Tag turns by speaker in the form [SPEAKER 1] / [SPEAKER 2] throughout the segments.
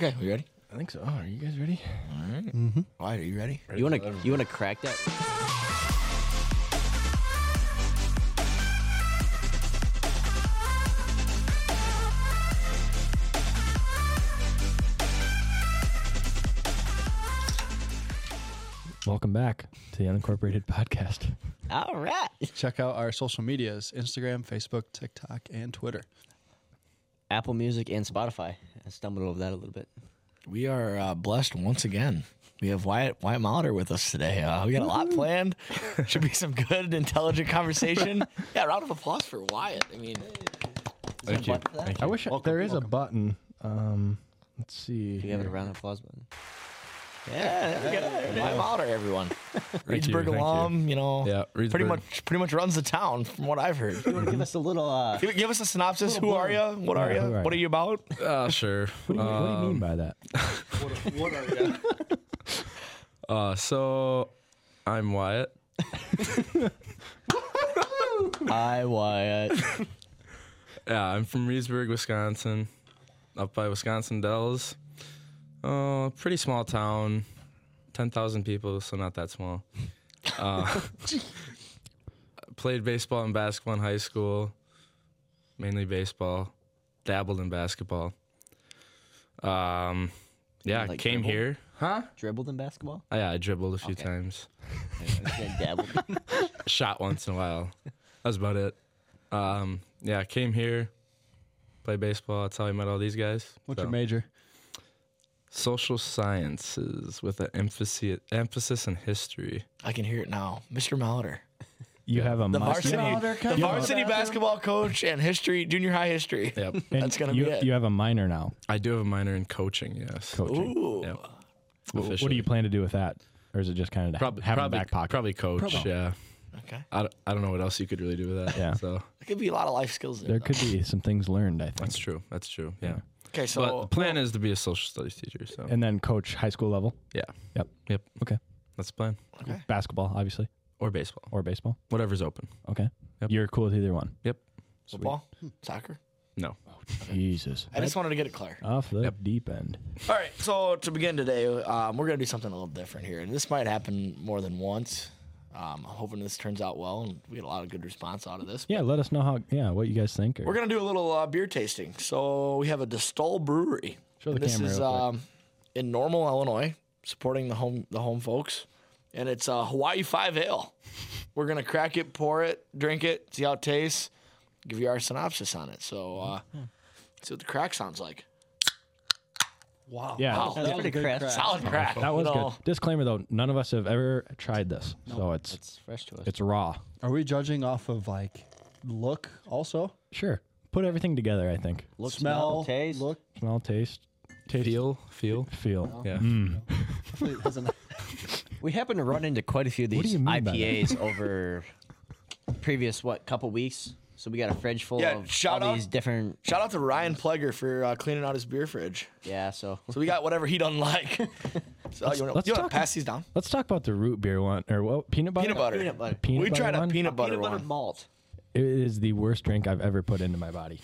[SPEAKER 1] Okay, we ready?
[SPEAKER 2] I think so. Are you guys ready? Mm-hmm.
[SPEAKER 1] All right. All right, are you ready?
[SPEAKER 2] Ready
[SPEAKER 3] You wanna
[SPEAKER 2] for
[SPEAKER 3] you wanna crack that?
[SPEAKER 2] Welcome back to the Unincorporated Podcast.
[SPEAKER 3] All right.
[SPEAKER 4] Check out our social medias Instagram, Facebook, TikTok, and Twitter.
[SPEAKER 3] Apple Music and Spotify. I stumbled over that a little bit.
[SPEAKER 1] We are uh, blessed once again. We have Wyatt Wyatt Molitor with us today. Uh, we got a lot planned. Should be some good, intelligent conversation. yeah, round of applause for Wyatt. I mean,
[SPEAKER 3] Thank you. Thank
[SPEAKER 2] I wish there is a button. Um, let's see.
[SPEAKER 3] Do you have a round of applause button?
[SPEAKER 1] yeah, there we go. Wyatt Molitor, everyone.
[SPEAKER 2] you,
[SPEAKER 1] Reedsburg
[SPEAKER 2] thank you.
[SPEAKER 1] alum, you, know,
[SPEAKER 2] Yeah,
[SPEAKER 1] pretty
[SPEAKER 2] Reedsburg.
[SPEAKER 1] much pretty much runs the town from what I've heard.
[SPEAKER 3] You
[SPEAKER 2] Mm-hmm.
[SPEAKER 3] wanna give us a little uh
[SPEAKER 1] give, give us a synopsis. Who are you? What are you?
[SPEAKER 2] who are
[SPEAKER 1] What are
[SPEAKER 2] ya?
[SPEAKER 1] you about?
[SPEAKER 5] Uh, sure.
[SPEAKER 2] What do you, what do you mean by that?
[SPEAKER 1] Um,
[SPEAKER 5] Uh, so I'm Wyatt.
[SPEAKER 3] I Wyatt.
[SPEAKER 5] Yeah, I'm from Reedsburg, Wisconsin, up by Wisconsin Dells. Uh, pretty small town, 10,000 people, so not that small. Uh, played baseball and basketball in high school, mainly baseball, dabbled in basketball. Um, yeah,
[SPEAKER 3] like
[SPEAKER 5] came
[SPEAKER 3] dribble?
[SPEAKER 5] here. Huh?
[SPEAKER 3] Dribbled in basketball?
[SPEAKER 5] Yeah, I dribbled a few
[SPEAKER 3] Okay.
[SPEAKER 5] times.
[SPEAKER 3] Yeah, dabbled.
[SPEAKER 5] shot once in a while. That's about it. Um, yeah, I came here, played baseball. That's how I met all these guys.
[SPEAKER 4] What's
[SPEAKER 5] So,
[SPEAKER 4] your major?
[SPEAKER 5] Social sciences with an emphasis emphasis in history.
[SPEAKER 1] I can hear it now, Mr. Molitor,
[SPEAKER 2] You have a
[SPEAKER 1] the
[SPEAKER 2] must-
[SPEAKER 1] varsity, the varsity basketball coach and history, junior high history.
[SPEAKER 5] Yep.
[SPEAKER 2] and
[SPEAKER 1] that's gonna
[SPEAKER 2] you,
[SPEAKER 1] be it.
[SPEAKER 2] You have a minor now.
[SPEAKER 5] I do have a minor in coaching. Yes.
[SPEAKER 2] Coaching.
[SPEAKER 1] Ooh.
[SPEAKER 5] Yep.
[SPEAKER 2] Wh- What do
[SPEAKER 5] Officially.
[SPEAKER 2] you plan to do with that, or is it just kind of
[SPEAKER 5] Probably
[SPEAKER 2] have
[SPEAKER 5] probably
[SPEAKER 2] a back pocket?
[SPEAKER 5] probably coach. Yeah.
[SPEAKER 1] Okay.
[SPEAKER 5] I don't, I don't know what else you could really do with that.
[SPEAKER 2] Yeah.
[SPEAKER 5] So
[SPEAKER 1] There could be a lot of life skills there.
[SPEAKER 2] There
[SPEAKER 1] though.
[SPEAKER 2] could be some things learned, I think.
[SPEAKER 5] that's true. That's true. Yeah.
[SPEAKER 1] Okay,
[SPEAKER 5] So but
[SPEAKER 1] so
[SPEAKER 5] the plan is to be a social studies teacher. So
[SPEAKER 2] and then coach high school level.
[SPEAKER 5] yeah.
[SPEAKER 2] Yep.
[SPEAKER 5] Yep.
[SPEAKER 2] Okay.
[SPEAKER 5] That's the plan.
[SPEAKER 1] Okay.
[SPEAKER 2] Basketball, obviously,
[SPEAKER 5] Or baseball.
[SPEAKER 2] or baseball.
[SPEAKER 5] Whatever's open.
[SPEAKER 2] Okay.
[SPEAKER 5] Yep.
[SPEAKER 2] You're cool with either one.
[SPEAKER 5] Yep.
[SPEAKER 1] football, soccer.
[SPEAKER 5] No.
[SPEAKER 2] Jesus.
[SPEAKER 1] I just wanted to get it clear.
[SPEAKER 2] Off the
[SPEAKER 5] Yep.
[SPEAKER 2] deep end.
[SPEAKER 1] All right, so to begin today, um, we're gonna do something a little different here, and this might happen more than once. Um, I'm hoping this turns out well, and we get a lot of good response out of this.
[SPEAKER 2] Yeah, let us know how. Yeah, what you guys think. Or,
[SPEAKER 1] We're gonna do a little uh, beer tasting. So we have a Distol Brewery.
[SPEAKER 2] Show the
[SPEAKER 1] And this
[SPEAKER 2] camera
[SPEAKER 1] is
[SPEAKER 2] real quick.
[SPEAKER 1] um, in Normal, Illinois, supporting the home the home folks, and it's uh, Hawaii Five Ale. We're gonna crack it, pour it, drink it, see how it tastes, give you our synopsis on it. So uh, see what the crack sounds like.
[SPEAKER 4] Wow.
[SPEAKER 2] yeah,
[SPEAKER 1] Wow.
[SPEAKER 3] That's
[SPEAKER 4] That was a
[SPEAKER 3] pretty
[SPEAKER 4] good
[SPEAKER 3] crisp.
[SPEAKER 4] crack.
[SPEAKER 1] Solid crack.
[SPEAKER 2] that was
[SPEAKER 1] you know.
[SPEAKER 2] good. Disclaimer though, none of us have ever tried this, so it's
[SPEAKER 3] It's fresh to us.
[SPEAKER 2] it's raw.
[SPEAKER 4] Are we judging off of like look also?
[SPEAKER 2] Sure, put everything together. I think
[SPEAKER 3] Look,
[SPEAKER 4] smell,
[SPEAKER 3] taste.
[SPEAKER 4] Look.
[SPEAKER 2] smell, taste, taste,
[SPEAKER 5] Feel. Feel.
[SPEAKER 3] Uh-huh.
[SPEAKER 2] feel.
[SPEAKER 5] Yeah.
[SPEAKER 4] It doesn't-
[SPEAKER 3] We happen to run into quite a few of
[SPEAKER 2] What do
[SPEAKER 3] these
[SPEAKER 2] you mean by that?
[SPEAKER 3] IPAs over previous what couple weeks. So we got a fridge full
[SPEAKER 1] Yeah,
[SPEAKER 3] of
[SPEAKER 1] shout
[SPEAKER 3] all
[SPEAKER 1] out-
[SPEAKER 3] these different
[SPEAKER 1] Shout out to Ryan Pleger for uh, cleaning out his beer fridge.
[SPEAKER 3] Yeah, so
[SPEAKER 1] So we got whatever he doesn't like. So you want
[SPEAKER 2] let's
[SPEAKER 1] to
[SPEAKER 2] talk-
[SPEAKER 1] pass these down?
[SPEAKER 2] Let's talk about the root beer one or what peanut butter.
[SPEAKER 1] Peanut butter.
[SPEAKER 3] peanut butter.
[SPEAKER 2] Peanut
[SPEAKER 1] we
[SPEAKER 2] butter
[SPEAKER 1] tried
[SPEAKER 2] one?
[SPEAKER 1] a peanut butter
[SPEAKER 3] peanut butter
[SPEAKER 1] one.
[SPEAKER 3] malt.
[SPEAKER 2] It is the worst drink I've ever put into my body.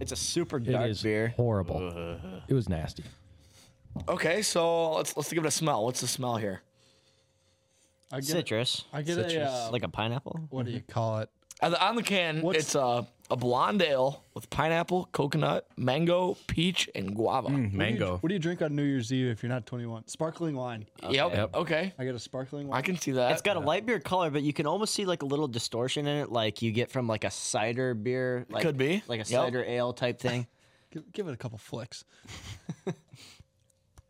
[SPEAKER 3] It's a super
[SPEAKER 2] It is
[SPEAKER 3] dark beer.
[SPEAKER 2] horrible.
[SPEAKER 1] Uh-huh.
[SPEAKER 2] It was nasty.
[SPEAKER 1] Okay, so let's let's give it a smell. What's the smell here?
[SPEAKER 4] I get,
[SPEAKER 3] Citrus.
[SPEAKER 4] I get a, uh,
[SPEAKER 3] like a pineapple.
[SPEAKER 4] what do you call it?
[SPEAKER 1] On the, on the can,
[SPEAKER 4] What's-
[SPEAKER 1] it's a a blonde ale with pineapple, coconut, mango, peach, and guava.
[SPEAKER 5] Mm. Mango.
[SPEAKER 4] What do you drink on New Year's Eve if you're not 21? Sparkling wine.
[SPEAKER 1] Yep.
[SPEAKER 5] Yep.
[SPEAKER 1] Okay,
[SPEAKER 4] I get a sparkling
[SPEAKER 1] I
[SPEAKER 4] wine.
[SPEAKER 1] can see that.
[SPEAKER 3] It's got a light beer color, but you can almost see like a little distortion in it, like you get from like a cider beer. Like,
[SPEAKER 1] Could be.
[SPEAKER 3] like
[SPEAKER 1] Yep.
[SPEAKER 3] a cider ale type thing.
[SPEAKER 4] Give, give it a couple flicks.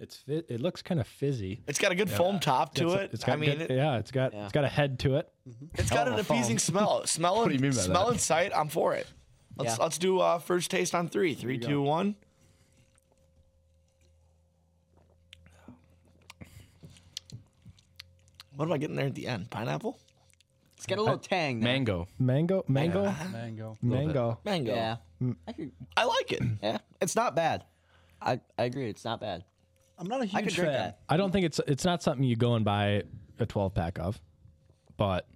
[SPEAKER 2] It's fi- it looks kind of fizzy.
[SPEAKER 1] it's got a good foam top to
[SPEAKER 2] It's-
[SPEAKER 1] it.
[SPEAKER 2] it's got
[SPEAKER 1] I mean,
[SPEAKER 2] good-
[SPEAKER 1] it,
[SPEAKER 2] yeah, it's got it's got a head to it.
[SPEAKER 1] has got an appeasing smell. Smell and
[SPEAKER 5] do you mean by
[SPEAKER 1] smell
[SPEAKER 5] that?
[SPEAKER 1] and sight. I'm for it. Let's
[SPEAKER 3] Yeah.
[SPEAKER 1] let's do uh, first taste on three. Three, two, one. What am I getting there at the end? Pineapple,
[SPEAKER 3] It's got a little tang. There.
[SPEAKER 5] Mango.
[SPEAKER 2] Mango, mango,
[SPEAKER 3] Ah.
[SPEAKER 4] Mango.
[SPEAKER 2] mango.
[SPEAKER 1] mango.
[SPEAKER 3] Yeah. I could,
[SPEAKER 1] I like it.
[SPEAKER 3] yeah. It's not bad. I, I agree. It's not bad.
[SPEAKER 4] I'm not a huge
[SPEAKER 3] I could drink
[SPEAKER 4] fan.
[SPEAKER 3] that.
[SPEAKER 2] I don't think it's it's not something you go and buy a 12 pack of, but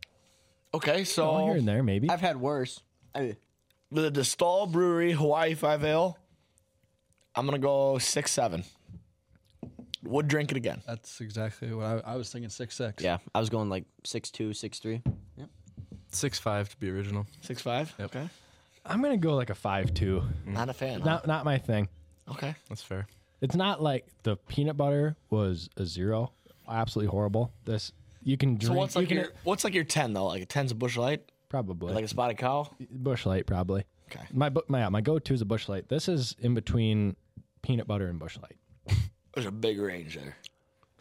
[SPEAKER 1] Okay, so
[SPEAKER 2] oh, here and there maybe.
[SPEAKER 3] I've had worse. I,
[SPEAKER 1] the Distal Brewery Hawaii Five Ale. I'm gonna go six seven. Would drink it again.
[SPEAKER 4] That's exactly what I, I was thinking. Six six.
[SPEAKER 3] Yeah, I was going like six two, six three.
[SPEAKER 5] Six five to be original.
[SPEAKER 1] Six five.
[SPEAKER 5] Yep.
[SPEAKER 1] Okay.
[SPEAKER 2] I'm gonna go like a five two.
[SPEAKER 1] Not a fan. huh?
[SPEAKER 2] Not not my thing.
[SPEAKER 1] Okay.
[SPEAKER 5] That's fair.
[SPEAKER 2] It's not like the peanut butter was a zero. Absolutely horrible. This you can
[SPEAKER 1] So
[SPEAKER 2] drink.
[SPEAKER 1] what's
[SPEAKER 2] you
[SPEAKER 1] like
[SPEAKER 2] can-
[SPEAKER 1] your what's like your ten though? Like a ten's a bush light,
[SPEAKER 2] probably
[SPEAKER 1] like a spotted cow.
[SPEAKER 2] bush light probably.
[SPEAKER 1] Okay.
[SPEAKER 2] My bu- my yeah, my go to is a bush light. This is in between peanut butter and bush light.
[SPEAKER 1] There's a big range there.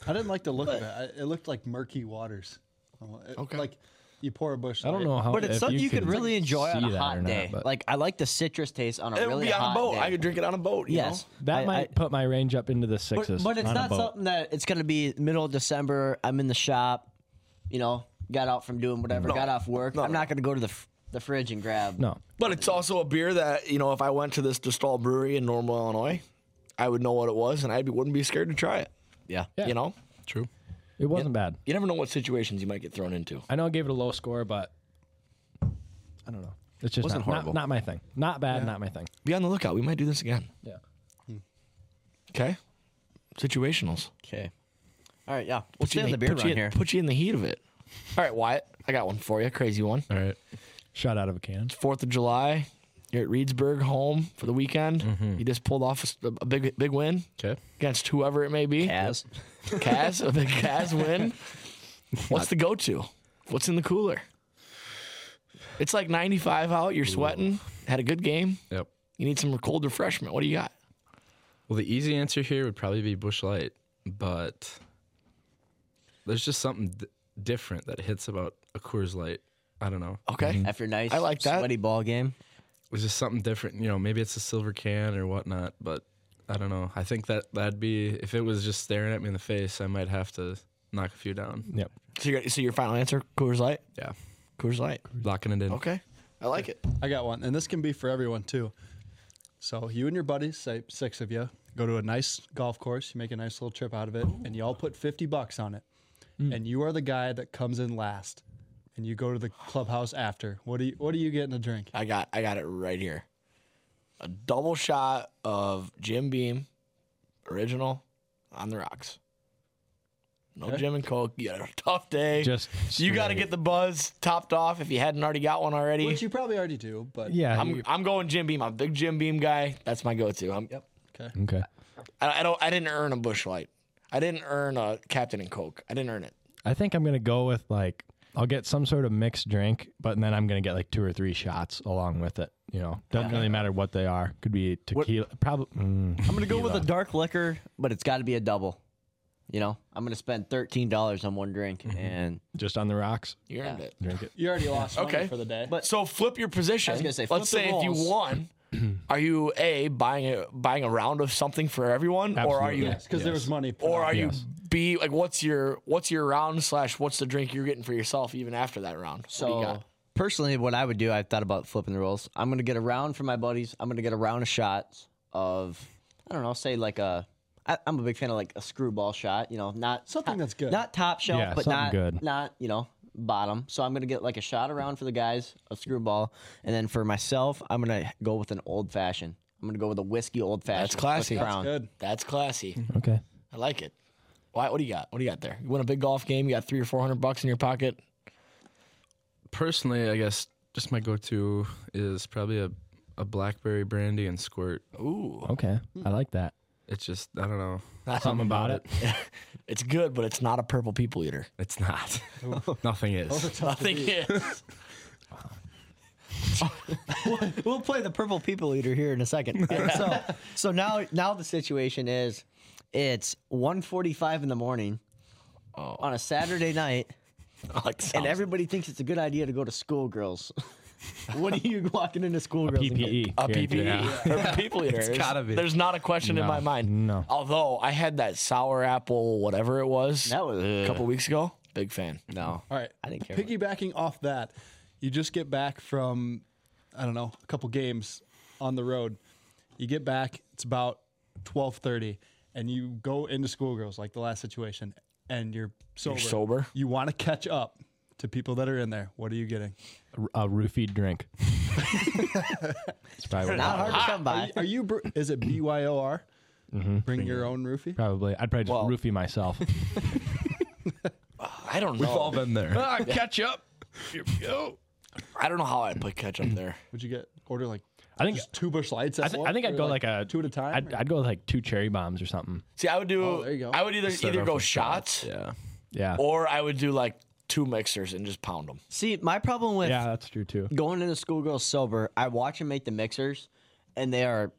[SPEAKER 4] I didn't like the look of it. I, it looked like murky waters. Oh, It-
[SPEAKER 1] Okay.
[SPEAKER 4] Like you pour a bush.
[SPEAKER 2] I don't
[SPEAKER 4] light.
[SPEAKER 2] know how.
[SPEAKER 3] But it's
[SPEAKER 2] if
[SPEAKER 3] something you, could
[SPEAKER 2] can
[SPEAKER 3] really enjoy on
[SPEAKER 2] see
[SPEAKER 3] a
[SPEAKER 2] that or
[SPEAKER 3] hot
[SPEAKER 2] not,
[SPEAKER 3] day.
[SPEAKER 2] but
[SPEAKER 3] like I like the citrus taste on a
[SPEAKER 1] It
[SPEAKER 3] really
[SPEAKER 1] would be on
[SPEAKER 3] hot
[SPEAKER 1] a boat.
[SPEAKER 3] day.
[SPEAKER 1] I could drink it on a boat. You
[SPEAKER 3] yes,
[SPEAKER 2] that
[SPEAKER 3] I-
[SPEAKER 2] might
[SPEAKER 3] I-
[SPEAKER 2] put my range up into the sixes.
[SPEAKER 3] but, but it's
[SPEAKER 2] on a
[SPEAKER 3] not
[SPEAKER 2] boat.
[SPEAKER 3] something that it's gonna be middle of December. I'm in the shop, you know, got out from doing whatever, got off work. I'm not gonna go to the fr- the fridge and grab.
[SPEAKER 2] No,
[SPEAKER 1] But it's also a beer that you know, if I went to this Distal Brewery in Normal, Illinois, I would know what it was, and I wouldn't be scared to try it.
[SPEAKER 3] Yeah.
[SPEAKER 2] Yeah.
[SPEAKER 1] You know,
[SPEAKER 5] True.
[SPEAKER 2] it wasn't bad.
[SPEAKER 1] you never know what situations you might get thrown into.
[SPEAKER 2] I know I gave it a low score, but I don't know. It's just
[SPEAKER 1] Wasn't
[SPEAKER 2] not,
[SPEAKER 1] horrible.
[SPEAKER 2] Not, not my thing. Not bad. Not my thing.
[SPEAKER 1] Be on the lookout. We might do this again.
[SPEAKER 2] Yeah.
[SPEAKER 1] Okay. Situationals.
[SPEAKER 3] Okay. All right. Yeah. We'll stay
[SPEAKER 1] you
[SPEAKER 3] on
[SPEAKER 1] in
[SPEAKER 3] the beer
[SPEAKER 1] put you
[SPEAKER 3] run
[SPEAKER 1] in-
[SPEAKER 3] here.
[SPEAKER 1] Put you in the heat of it. All right, Wyatt. I got one for you. Crazy one.
[SPEAKER 5] All right.
[SPEAKER 2] Shot out of a can.
[SPEAKER 1] Fourth of July. You're at Reedsburg home for the weekend.
[SPEAKER 3] Mm-hmm.
[SPEAKER 1] You just pulled off a s- a, big big win
[SPEAKER 5] Okay.
[SPEAKER 1] against whoever it may be.
[SPEAKER 3] As
[SPEAKER 1] Kaz, a big Kaz win. What's the go to? What's in the cooler? It's like 95 out. You're sweating. Had a good game.
[SPEAKER 5] Yep.
[SPEAKER 1] You need some cold refreshment. What do you got?
[SPEAKER 5] Well, the easy answer here would probably be Bush Light, but there's just something d- different that hits about a Coors Light. I don't know.
[SPEAKER 1] Okay.
[SPEAKER 3] after a nice,
[SPEAKER 1] I like that.
[SPEAKER 3] sweaty ball game.
[SPEAKER 5] It's just something different. You know, maybe it's a silver can or whatnot, but I don't know. I think that that'd be if it was just staring at me in the face, I might have to knock a few down.
[SPEAKER 2] Yep.
[SPEAKER 1] So, you got, so your final answer, Coors Light?
[SPEAKER 5] Yeah,
[SPEAKER 1] Coors Light.
[SPEAKER 3] Mm-hmm.
[SPEAKER 5] locking it in.
[SPEAKER 1] Okay. I like it.
[SPEAKER 4] I got one, and this can be for everyone too. So you and your buddies, say six of you, go to a nice golf course. You make a nice little trip out of it, and you all put fifty bucks on it. And you are the guy that comes in last, and you go to the clubhouse after. What do you What are you getting to drink?
[SPEAKER 1] I got I got it right here. A double shot of Jim Beam, original, on the rocks. No Jim and Coke. You had a tough day.
[SPEAKER 2] Just
[SPEAKER 1] you got to
[SPEAKER 2] straight.
[SPEAKER 1] get the buzz topped off if you hadn't already got one already.
[SPEAKER 4] Which you probably already do, but
[SPEAKER 2] Yeah.
[SPEAKER 1] I'm
[SPEAKER 2] you-
[SPEAKER 1] I'm going Jim Beam. I'm a big Jim Beam guy. That's my go-to. I'm,
[SPEAKER 4] okay.
[SPEAKER 2] okay.
[SPEAKER 1] I, I don't. I didn't earn a bush light. I didn't earn a Captain and Coke. I didn't earn it.
[SPEAKER 2] I think I'm gonna go with like I'll get some sort of mixed drink, but then I'm gonna get like two or three shots along with it. You know, doesn't really matter what they are. Could be tequila, probably. Mm,
[SPEAKER 3] I'm gonna go with a dark liquor, but it's got to be a double. You know, I'm gonna spend thirteen dollars on one drink, and
[SPEAKER 2] just on the rocks,
[SPEAKER 1] You earned it.
[SPEAKER 2] drink it.
[SPEAKER 4] You already lost money
[SPEAKER 1] Okay.
[SPEAKER 4] for the day.
[SPEAKER 3] But-
[SPEAKER 1] So flip your position.
[SPEAKER 3] I was gonna say, flip
[SPEAKER 1] Let's say
[SPEAKER 3] the
[SPEAKER 1] if you
[SPEAKER 3] roles.
[SPEAKER 1] won, are you a buying a buying a round of something for everyone, or are
[SPEAKER 2] Absolutely.
[SPEAKER 1] you,
[SPEAKER 4] yes, because there was money. put
[SPEAKER 1] or
[SPEAKER 4] on
[SPEAKER 1] are
[SPEAKER 4] it.
[SPEAKER 2] Yes.
[SPEAKER 1] you b like what's your what's your round slash what's the drink you're getting for yourself even after that round? What do you
[SPEAKER 3] so
[SPEAKER 1] got?
[SPEAKER 3] personally, what I would do, I've thought about flipping the rules. I'm gonna get a round for my buddies. I'm gonna get a round of shots of, I don't know, say like a. I, I'm a big fan of like a screwball shot. You know, not
[SPEAKER 4] Something that's good.
[SPEAKER 3] not top shelf,
[SPEAKER 2] Yeah,
[SPEAKER 3] but
[SPEAKER 2] something
[SPEAKER 3] not
[SPEAKER 2] good.
[SPEAKER 3] not you know bottom. So I'm gonna get like a shot around for the guys, a screwball, and then for myself, I'm gonna go with an old fashioned. I'm gonna go with a whiskey old fashioned. with
[SPEAKER 1] classy. That's
[SPEAKER 3] Crown.
[SPEAKER 4] good.
[SPEAKER 1] That's classy.
[SPEAKER 3] mm-hmm.
[SPEAKER 2] Okay.
[SPEAKER 1] I like it. Why? What do you got? What do you got there? You win a big golf game. You got three or four hundred bucks in your pocket.
[SPEAKER 5] Personally, I guess just my go-to is probably a a blackberry brandy and squirt.
[SPEAKER 1] Ooh,
[SPEAKER 2] Okay. I like that.
[SPEAKER 5] It's just I don't know.
[SPEAKER 2] Something about it.
[SPEAKER 1] it's good, but it's not a purple people eater.
[SPEAKER 5] It's not. Nothing is.
[SPEAKER 1] Nothing is.
[SPEAKER 3] we'll play the purple people eater here in a second. so, so now, now the situation is, it's 1.45 in the morning,
[SPEAKER 1] Oh.
[SPEAKER 3] on a Saturday night,
[SPEAKER 1] I like the
[SPEAKER 3] and
[SPEAKER 1] sound.
[SPEAKER 3] everybody thinks it's a good idea to go to schoolgirls. what are you walking into schoolgirls? and get?
[SPEAKER 2] PPE.
[SPEAKER 1] a E.
[SPEAKER 4] E.
[SPEAKER 2] guaranteed.
[SPEAKER 1] PPE or people eater. There's-
[SPEAKER 5] gotta be.
[SPEAKER 1] There's not a question in
[SPEAKER 2] No,
[SPEAKER 1] my mind.
[SPEAKER 2] no.
[SPEAKER 1] Although I had that sour apple, whatever it was,
[SPEAKER 3] That was
[SPEAKER 1] a couple weeks ago. Big fan.
[SPEAKER 3] No,
[SPEAKER 4] All right.
[SPEAKER 3] I didn't care.
[SPEAKER 4] Piggybacking off that, you just get back from, I don't know, a couple games on the road. You get back, it's about twelve thirty, and you go into schoolgirls like the last situation, and you're sober.
[SPEAKER 1] sober?
[SPEAKER 4] You want to catch up to people that are in there. What are you getting?
[SPEAKER 2] A roofied drink. it's probably what
[SPEAKER 3] Not
[SPEAKER 2] it
[SPEAKER 3] hard to come
[SPEAKER 4] Are
[SPEAKER 3] by.
[SPEAKER 4] you, are you br- is it B Y O R?
[SPEAKER 2] Mm-hmm.
[SPEAKER 4] Bring your own roofie.
[SPEAKER 2] Probably. I'd probably just
[SPEAKER 1] Well-
[SPEAKER 2] roofie myself.
[SPEAKER 1] I don't know.
[SPEAKER 5] We've all been there.
[SPEAKER 2] ah, catch up. Here we go.
[SPEAKER 1] I don't know how I'd put ketchup there.
[SPEAKER 4] Would you get order like
[SPEAKER 2] I think
[SPEAKER 4] just two bush lights? At
[SPEAKER 2] I, th- I think I'd go like, a
[SPEAKER 4] two at a time.
[SPEAKER 2] I'd,
[SPEAKER 4] or-
[SPEAKER 2] I'd go with like two cherry bombs or something.
[SPEAKER 1] See, I would do.
[SPEAKER 4] Oh, there you go.
[SPEAKER 1] I would either
[SPEAKER 5] Start
[SPEAKER 1] either
[SPEAKER 5] off
[SPEAKER 1] go
[SPEAKER 5] with
[SPEAKER 1] shots
[SPEAKER 5] Yeah.
[SPEAKER 2] Yeah.
[SPEAKER 4] Oh,
[SPEAKER 1] or I would do like two mixers and just pound them.
[SPEAKER 3] See, my problem with
[SPEAKER 2] yeah, that's true too.
[SPEAKER 3] going into schoolgirls sober, I watch them make the mixers, and they are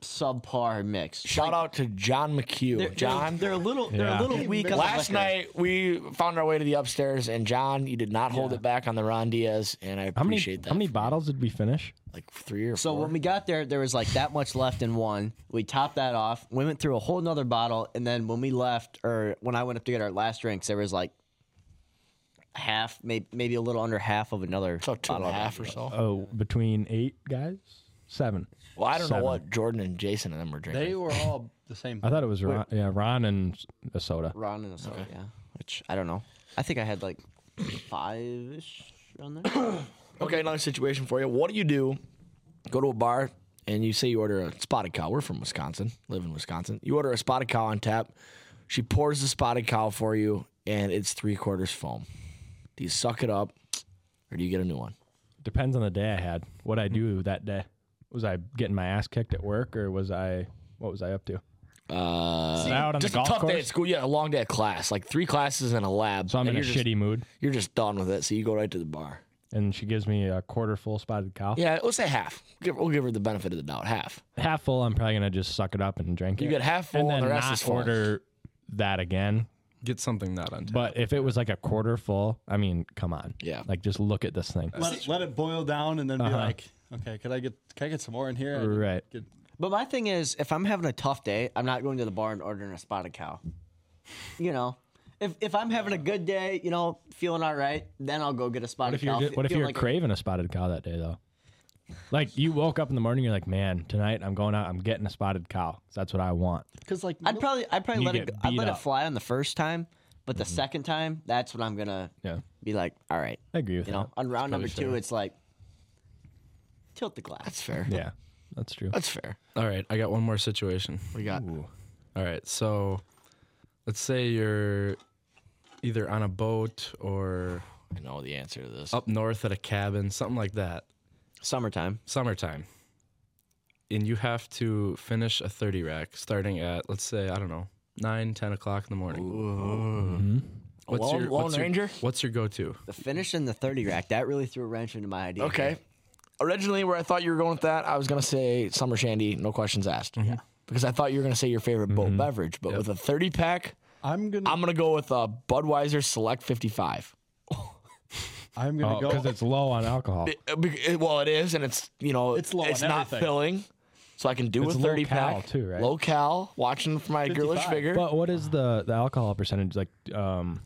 [SPEAKER 3] subpar mixed.
[SPEAKER 1] Shout out to John McHugh.
[SPEAKER 3] They're,
[SPEAKER 1] John,
[SPEAKER 3] they're a little, they're
[SPEAKER 2] Yeah.
[SPEAKER 3] a little weak. on the
[SPEAKER 1] Last
[SPEAKER 3] liquor.
[SPEAKER 1] night we found our way to the upstairs, and John, you did not hold it back on the Ron Diaz, and I
[SPEAKER 2] How many
[SPEAKER 1] appreciate that.
[SPEAKER 2] how many bottles did we finish?
[SPEAKER 1] Like three or
[SPEAKER 3] So
[SPEAKER 1] four.
[SPEAKER 3] when we got there, there was like that much left in one. We topped that off. We went through a whole nother bottle, and then when we left, or when I went up to get our last drinks, there was like half, maybe maybe a little under half of another.
[SPEAKER 1] so two and
[SPEAKER 3] bottle.
[SPEAKER 1] a half or so.
[SPEAKER 2] Oh, between eight guys, seven.
[SPEAKER 1] Well, I don't
[SPEAKER 2] Seven.
[SPEAKER 1] know what Jordan and Jason and them were drinking.
[SPEAKER 4] they were all the same.
[SPEAKER 2] I thought it was Ron, yeah, Ron and a soda.
[SPEAKER 3] Ron and a soda, yeah. Which I don't know. I think I had like five ish on there.
[SPEAKER 1] Okay, another situation for you. What do you do? Go to a bar and you say you order a spotted cow. We're from Wisconsin, live in Wisconsin. You order a spotted cow on tap. She pours the spotted cow for you, and it's three quarters foam. Do you suck it up, or do you get a new one?
[SPEAKER 2] Depends on the day I had. What I do that day. Was I getting my ass kicked at work or was I what was I up to? Uh, out on
[SPEAKER 1] Just
[SPEAKER 2] the golf
[SPEAKER 1] a tough
[SPEAKER 2] course.
[SPEAKER 1] day at school. Yeah, a long day at class, like three classes and a lab.
[SPEAKER 2] So I'm
[SPEAKER 1] and
[SPEAKER 2] in a
[SPEAKER 1] you're just,
[SPEAKER 2] shitty mood
[SPEAKER 1] You're just done with it, so you go right to the bar.
[SPEAKER 2] and she gives me a quarter full spotted cow.
[SPEAKER 1] Yeah, let's say half. Give- We'll give her the benefit of the doubt. Half.
[SPEAKER 2] half full, I'm probably gonna just suck it up and drink
[SPEAKER 1] You
[SPEAKER 2] it.
[SPEAKER 1] get half full,
[SPEAKER 2] and
[SPEAKER 1] and,
[SPEAKER 2] then
[SPEAKER 1] the rest
[SPEAKER 2] not
[SPEAKER 1] is full.
[SPEAKER 2] order that again.
[SPEAKER 5] Get something not on. tap.
[SPEAKER 2] But if it was like a quarter full, I mean, come on.
[SPEAKER 1] Yeah.
[SPEAKER 2] Like just look at this thing.
[SPEAKER 4] let, let it boil down and then be like, okay, could I get can I get some more in here? I didn't
[SPEAKER 2] Uh-huh. Right.
[SPEAKER 4] get-
[SPEAKER 3] but my thing is, if I'm having a tough day, I'm not going to the bar and ordering a spotted cow. You know, if if I'm having a good day, you know, feeling all right, then I'll go get a spotted
[SPEAKER 2] What if you're
[SPEAKER 3] cow.
[SPEAKER 2] ju- what if
[SPEAKER 3] Feel
[SPEAKER 2] you're
[SPEAKER 3] like-
[SPEAKER 2] craving a spotted cow that day though? Like you woke up in the morning, you're like, man, tonight I'm going out, I'm getting a spotted cow. That's what I want.
[SPEAKER 4] Cause like
[SPEAKER 3] I'd probably I'd probably
[SPEAKER 2] You
[SPEAKER 3] let it
[SPEAKER 2] get
[SPEAKER 3] go- I'd
[SPEAKER 2] beat
[SPEAKER 3] let
[SPEAKER 2] up. Mm-hmm.
[SPEAKER 3] it fly on the first time, but the second time, that's when I'm gonna
[SPEAKER 2] Yeah,
[SPEAKER 3] be like, all right,
[SPEAKER 2] I agree with
[SPEAKER 3] you know,
[SPEAKER 2] that.
[SPEAKER 3] on round number
[SPEAKER 5] probably
[SPEAKER 3] two,
[SPEAKER 5] fair.
[SPEAKER 3] it's like tilt the glass.
[SPEAKER 1] That's fair.
[SPEAKER 2] Yeah, that's true.
[SPEAKER 1] That's fair.
[SPEAKER 5] All right, I got one more situation.
[SPEAKER 1] We got.
[SPEAKER 5] All right, so let's say you're either on a boat or
[SPEAKER 1] I know the answer to this.
[SPEAKER 5] up north at a cabin, something like that.
[SPEAKER 3] Summertime.
[SPEAKER 5] Summertime. And you have to finish a 30 rack starting at, let's say, I don't know, 9, 10 o'clock in the morning. Mm-hmm. What's
[SPEAKER 1] Lone-
[SPEAKER 5] your,
[SPEAKER 1] Lone
[SPEAKER 5] what's your-
[SPEAKER 1] Ranger?
[SPEAKER 5] what's your go to?
[SPEAKER 3] The finish in the 30 rack, that really threw a wrench into my idea.
[SPEAKER 1] Okay. Originally, where I thought you were going with that, I was going to say Summer Shandy, no questions asked. Yeah. Because I thought you were going to say your favorite boat beverage, but with a 30 pack,
[SPEAKER 4] I'm gonna
[SPEAKER 1] I'm going to go with a Budweiser Select 55.
[SPEAKER 4] I'm gonna go
[SPEAKER 2] Because Oh, it's low on alcohol.
[SPEAKER 1] Uh, bec- it- well, it is, and it's, you know,
[SPEAKER 4] It's low
[SPEAKER 1] it's
[SPEAKER 4] on
[SPEAKER 1] not
[SPEAKER 4] everything.
[SPEAKER 1] filling. So I can do
[SPEAKER 2] It's
[SPEAKER 1] a 30
[SPEAKER 2] low-cal
[SPEAKER 1] pack.
[SPEAKER 2] too, right?
[SPEAKER 1] Low cal, watching for my girlish
[SPEAKER 4] 55.
[SPEAKER 1] figure.
[SPEAKER 2] But what is the the alcohol percentage? Like, um,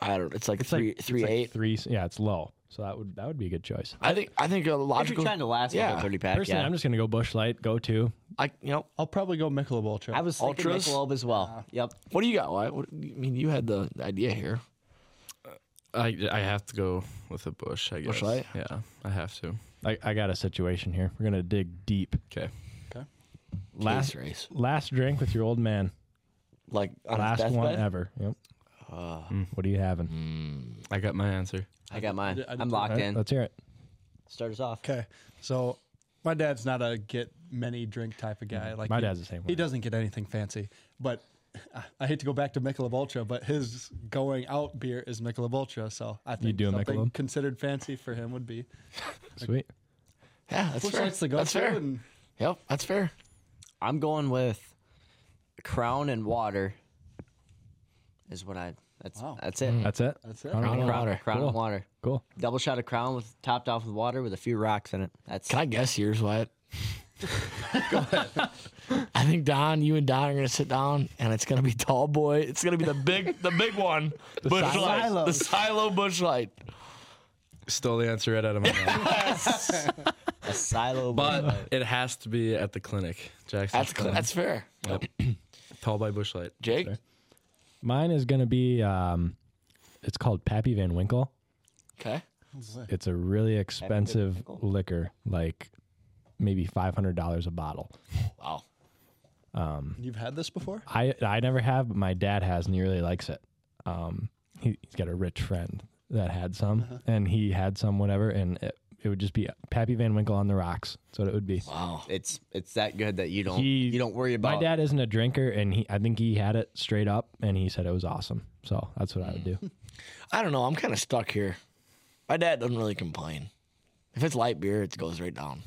[SPEAKER 1] I don't It's like
[SPEAKER 2] it's
[SPEAKER 1] three,
[SPEAKER 2] like it's
[SPEAKER 1] three,
[SPEAKER 2] like
[SPEAKER 1] eight.
[SPEAKER 2] three. Yeah, it's low. So that would that would be a good choice.
[SPEAKER 1] I think I think a
[SPEAKER 3] If
[SPEAKER 1] logical.
[SPEAKER 3] you're trying to last yeah.
[SPEAKER 1] yeah.
[SPEAKER 3] a whole 30 pack,
[SPEAKER 2] Personally,
[SPEAKER 3] yeah.
[SPEAKER 2] I'm just gonna go Bush Light. Go to.
[SPEAKER 1] I you know
[SPEAKER 4] I'll probably go Michelob Ultra.
[SPEAKER 3] I was thinking
[SPEAKER 1] Ultras?
[SPEAKER 3] Michelob as well. Yep.
[SPEAKER 1] what do you got? Wyatt? What, I mean, you had the idea here.
[SPEAKER 5] I, I have to go with a bush, I guess.
[SPEAKER 1] light?
[SPEAKER 5] Yeah, I have to.
[SPEAKER 2] I, I got a situation here. We're gonna dig deep.
[SPEAKER 5] Okay.
[SPEAKER 2] Last
[SPEAKER 1] Case race,
[SPEAKER 2] last drink with your old man.
[SPEAKER 1] like on his
[SPEAKER 2] Last one
[SPEAKER 1] deathbed?
[SPEAKER 2] ever. Yep. what are you having?
[SPEAKER 5] I got my answer.
[SPEAKER 3] I got mine.
[SPEAKER 4] did- I
[SPEAKER 3] I
[SPEAKER 4] did
[SPEAKER 3] am
[SPEAKER 4] too.
[SPEAKER 2] All
[SPEAKER 3] locked
[SPEAKER 2] right,
[SPEAKER 3] in.
[SPEAKER 2] let's hear it.
[SPEAKER 3] Start us off.
[SPEAKER 4] okay. So my dad's not a get many drink type of guy. Like
[SPEAKER 2] My
[SPEAKER 4] he-
[SPEAKER 2] dad's the same
[SPEAKER 4] He
[SPEAKER 2] way.
[SPEAKER 4] doesn't get anything fancy, but. I- I hate to go back to Michelob Ultra, but his going out beer is Michelob Ultra, so I think
[SPEAKER 2] do a
[SPEAKER 4] something
[SPEAKER 2] Michelob?
[SPEAKER 4] considered fancy for him would be.
[SPEAKER 2] Sweet.
[SPEAKER 1] Yeah, that's
[SPEAKER 4] Bush
[SPEAKER 1] fair.
[SPEAKER 4] Light's the
[SPEAKER 1] that's
[SPEAKER 4] go-to,
[SPEAKER 1] fair.
[SPEAKER 4] and
[SPEAKER 1] Yep, that's fair.
[SPEAKER 3] I'm going with Crown and Water. Is what I. That's
[SPEAKER 4] Wow.
[SPEAKER 3] Mm. that's it.
[SPEAKER 2] That's it.
[SPEAKER 4] That's it.
[SPEAKER 2] All right.
[SPEAKER 1] Crown and
[SPEAKER 3] Crown,
[SPEAKER 1] water.
[SPEAKER 3] Crown
[SPEAKER 2] Mm. Cool.
[SPEAKER 3] and Water.
[SPEAKER 2] Cool.
[SPEAKER 3] Double shot of Crown with topped off with water with a few rocks in it. That's
[SPEAKER 1] Can I guess yours, Wyatt? Go ahead. I think Don, you and Don are gonna sit down, and it's gonna be Tall Boy. It's gonna be the big, the big one, Bush
[SPEAKER 2] silo.
[SPEAKER 1] Light, the Silo Bush Light.
[SPEAKER 5] Stole the answer right out of my mouth.
[SPEAKER 3] a silo.
[SPEAKER 5] but it has to be at the clinic, Jackson.
[SPEAKER 1] That's cl- that's fair.
[SPEAKER 5] Tall by Bushlight.
[SPEAKER 1] Jake,
[SPEAKER 2] Mine is gonna be um, it's called Pappy Van Winkle.
[SPEAKER 1] okay,
[SPEAKER 2] It's a really expensive liquor, like maybe five hundred dollars a bottle.
[SPEAKER 1] wow,
[SPEAKER 4] You've had this before?
[SPEAKER 2] I I never have, but my dad has, and he really likes it. Um, he, he's got a rich friend that had some, and he had some, whatever, and it, it would just be Pappy Van Winkle on the rocks. That's what it would be.
[SPEAKER 1] Wow.
[SPEAKER 3] It's it's that good that you don't
[SPEAKER 2] He-
[SPEAKER 3] you don't worry
[SPEAKER 2] My
[SPEAKER 3] about.
[SPEAKER 2] dad isn't a drinker, and he I think he had it straight up, and he said it was awesome. So that's what I would do.
[SPEAKER 1] I don't know. I'm kind of stuck here. My dad doesn't really complain. If it's light beer, it goes right down.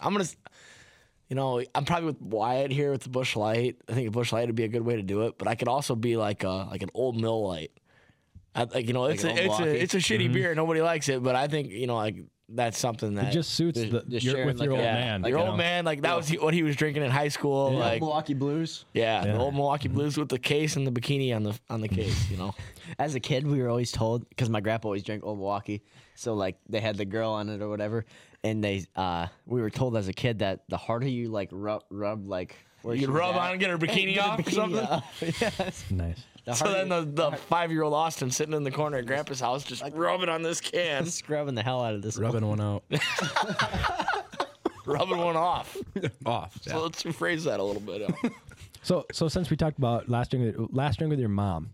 [SPEAKER 1] I'm gonna, s- you know, I'm probably with Wyatt here with the Bush Light. I think a Bush Light would be a good way to do it, but I could also be like a like an old Mill Light. I, like you know, it's
[SPEAKER 3] an
[SPEAKER 1] a, it's
[SPEAKER 3] Old Blackie?
[SPEAKER 1] a it's a shitty beer. Nobody likes it, but I think you know like that's something that
[SPEAKER 2] It just suits the,
[SPEAKER 3] just
[SPEAKER 2] your,
[SPEAKER 3] sharing
[SPEAKER 2] with
[SPEAKER 3] like
[SPEAKER 2] your
[SPEAKER 3] a-
[SPEAKER 2] old
[SPEAKER 1] yeah,
[SPEAKER 2] man.
[SPEAKER 1] your
[SPEAKER 2] you
[SPEAKER 1] old
[SPEAKER 2] know?
[SPEAKER 1] man like that was he- what he was drinking in high school. Like
[SPEAKER 3] Milwaukee Blues.
[SPEAKER 1] yeah, the old Milwaukee
[SPEAKER 2] Mm-hmm.
[SPEAKER 1] Blues with the case and the bikini on the on the case. You know,
[SPEAKER 3] As a kid, we were always told because my grandpa always drank Old Milwaukee, so like they had the girl on it or whatever, and they uh we were told as a kid that the harder you like rub rub like where
[SPEAKER 1] you
[SPEAKER 3] she's
[SPEAKER 1] could rub
[SPEAKER 3] at-
[SPEAKER 1] on and get her bikini
[SPEAKER 3] Get the
[SPEAKER 1] off or
[SPEAKER 3] bikini
[SPEAKER 1] something.
[SPEAKER 3] off. yes.
[SPEAKER 2] Nice.
[SPEAKER 3] The
[SPEAKER 1] So
[SPEAKER 3] harder
[SPEAKER 1] then
[SPEAKER 3] you-
[SPEAKER 1] the, the five year old Austin sitting in the corner at Grandpa's house just rubbing on this can,
[SPEAKER 3] scrubbing the hell out of this.
[SPEAKER 5] Rubbing one out.
[SPEAKER 1] rubbing one off.
[SPEAKER 5] Off.
[SPEAKER 1] So let's rephrase that a little bit. uh,
[SPEAKER 2] So so since we talked about last drink with- last drink with your mom,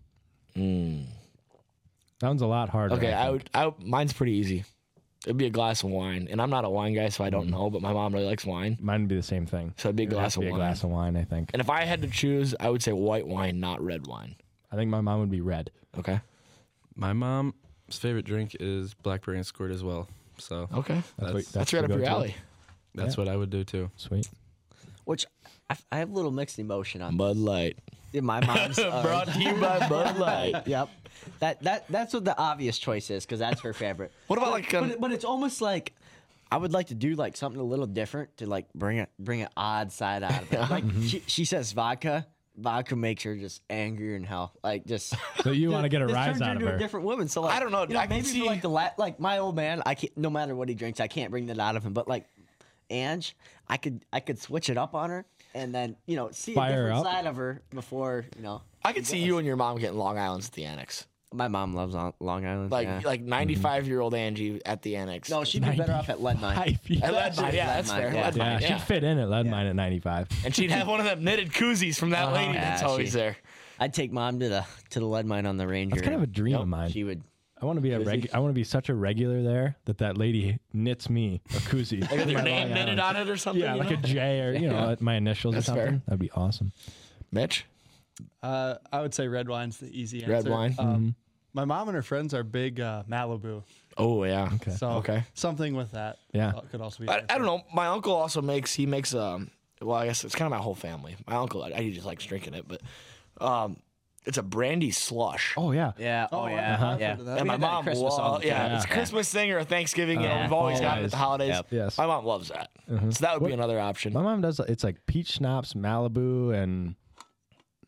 [SPEAKER 2] that one's a lot harder.
[SPEAKER 1] Mm. Okay, I
[SPEAKER 2] think.
[SPEAKER 1] would. I would- mine's pretty easy. It'd be a glass of wine, and I'm not a wine guy, so I don't know. But my mom really likes wine,
[SPEAKER 2] mine would be the same thing.
[SPEAKER 1] so it'd be a
[SPEAKER 2] It'd have
[SPEAKER 1] glass
[SPEAKER 2] to
[SPEAKER 1] of
[SPEAKER 2] be a
[SPEAKER 1] wine.
[SPEAKER 2] glass of wine. I think.
[SPEAKER 1] And if I had to choose, I would say white wine, not red wine.
[SPEAKER 2] I think my mom would be red.
[SPEAKER 1] Okay.
[SPEAKER 5] My mom's favorite drink is blackberry and squirt as well. So
[SPEAKER 1] Okay.
[SPEAKER 2] That's,
[SPEAKER 5] That's-
[SPEAKER 1] That's right
[SPEAKER 2] the
[SPEAKER 1] up your
[SPEAKER 2] go-to.
[SPEAKER 1] alley.
[SPEAKER 5] that's what I would do too.
[SPEAKER 2] Sweet.
[SPEAKER 3] Which I, I have a little mixed emotion on.
[SPEAKER 1] Bud Light.
[SPEAKER 3] Yeah, My mom's. uh,
[SPEAKER 1] Brought to you by Bud Light.
[SPEAKER 3] yep. That that that's what the obvious choice is because that's her favorite.
[SPEAKER 1] What about
[SPEAKER 3] But-
[SPEAKER 1] like, um,
[SPEAKER 3] but, it- but it's almost like. I would like to do like something a little different to like bring it bring an odd side out of it. Like
[SPEAKER 1] Mm-hmm.
[SPEAKER 3] she, she says vodka, vodka makes her just angrier and hell. Like just
[SPEAKER 2] So you want to get a
[SPEAKER 3] This
[SPEAKER 2] rise
[SPEAKER 3] turns
[SPEAKER 2] out of
[SPEAKER 3] into
[SPEAKER 2] her?
[SPEAKER 3] a different woman. So like,
[SPEAKER 1] I don't know,
[SPEAKER 3] You know
[SPEAKER 1] I can
[SPEAKER 3] maybe
[SPEAKER 1] see-
[SPEAKER 3] for like the la- like my old man. I can't. No matter what he drinks, I can't bring that out of him. But like, Ange, I could I could switch it up on her and then you know see
[SPEAKER 2] Fire
[SPEAKER 3] a
[SPEAKER 2] her
[SPEAKER 3] different
[SPEAKER 2] up.
[SPEAKER 3] side of her before you know.
[SPEAKER 1] I could see you and your mom getting Long Island's at the annex.
[SPEAKER 3] My mom loves on- Long Island.
[SPEAKER 1] Like
[SPEAKER 3] yeah.
[SPEAKER 2] Mm-hmm.
[SPEAKER 1] like 95 year old Angie at the annex.
[SPEAKER 3] no, she'd be better off at Leadmine.
[SPEAKER 2] Five years.
[SPEAKER 1] At Lead Mine, yeah,
[SPEAKER 3] Lead
[SPEAKER 1] that's
[SPEAKER 3] Mine,
[SPEAKER 1] fair.
[SPEAKER 3] yeah.
[SPEAKER 1] Lead
[SPEAKER 2] Yeah,
[SPEAKER 1] Mine,
[SPEAKER 2] she'd fit in at lead mine at 95.
[SPEAKER 1] And she'd have one of them knitted koozies from that lady
[SPEAKER 3] Yeah,
[SPEAKER 1] that's always
[SPEAKER 3] she-
[SPEAKER 1] there.
[SPEAKER 3] I'd take mom to the to the Leadmine on the Ranger.
[SPEAKER 2] It's kind of a dream of mine.
[SPEAKER 3] She would.
[SPEAKER 2] I want to be a reg- I want to be such a regular there that that lady knits me a koozie.
[SPEAKER 1] Like with
[SPEAKER 2] My
[SPEAKER 1] your
[SPEAKER 2] Long
[SPEAKER 1] name knitted
[SPEAKER 2] Island.
[SPEAKER 1] on it or something.
[SPEAKER 2] Yeah,
[SPEAKER 1] you
[SPEAKER 2] like a
[SPEAKER 1] know?
[SPEAKER 2] J or you know, my initials
[SPEAKER 1] That's
[SPEAKER 2] or
[SPEAKER 1] fair.
[SPEAKER 2] something. That'd be awesome.
[SPEAKER 1] Mitch.
[SPEAKER 4] Uh, I would say red wine's the easy answer.
[SPEAKER 1] Red wine. Mm-hmm.
[SPEAKER 4] Um, My mom and her friends are big uh, Malibu,
[SPEAKER 1] Oh yeah. Okay.
[SPEAKER 4] so
[SPEAKER 1] Okay.
[SPEAKER 4] something with that.
[SPEAKER 2] Yeah.
[SPEAKER 4] uh, could also be.
[SPEAKER 1] I, I don't know. My uncle also makes. He makes. Um. Well, I guess it's kind of my whole family. My uncle. I, he just likes drinking it, but, um, it's a brandy slush.
[SPEAKER 2] Oh yeah.
[SPEAKER 3] Yeah. Oh, yeah.
[SPEAKER 4] I've
[SPEAKER 3] Yeah.
[SPEAKER 4] heard of that.
[SPEAKER 1] And
[SPEAKER 3] we
[SPEAKER 1] my
[SPEAKER 3] had that at
[SPEAKER 1] mom
[SPEAKER 3] Christmas all
[SPEAKER 1] loves
[SPEAKER 3] the
[SPEAKER 1] yeah,
[SPEAKER 3] time.
[SPEAKER 1] it's a
[SPEAKER 3] Yeah.
[SPEAKER 1] Christmas thing or a Thanksgiving. you know,
[SPEAKER 2] Yeah.
[SPEAKER 1] we've always gotten it at the holidays.
[SPEAKER 3] Yep.
[SPEAKER 2] Yes.
[SPEAKER 1] My mom loves that. So that would be another option.
[SPEAKER 2] My mom does. It's like peach schnapps, Malibu, and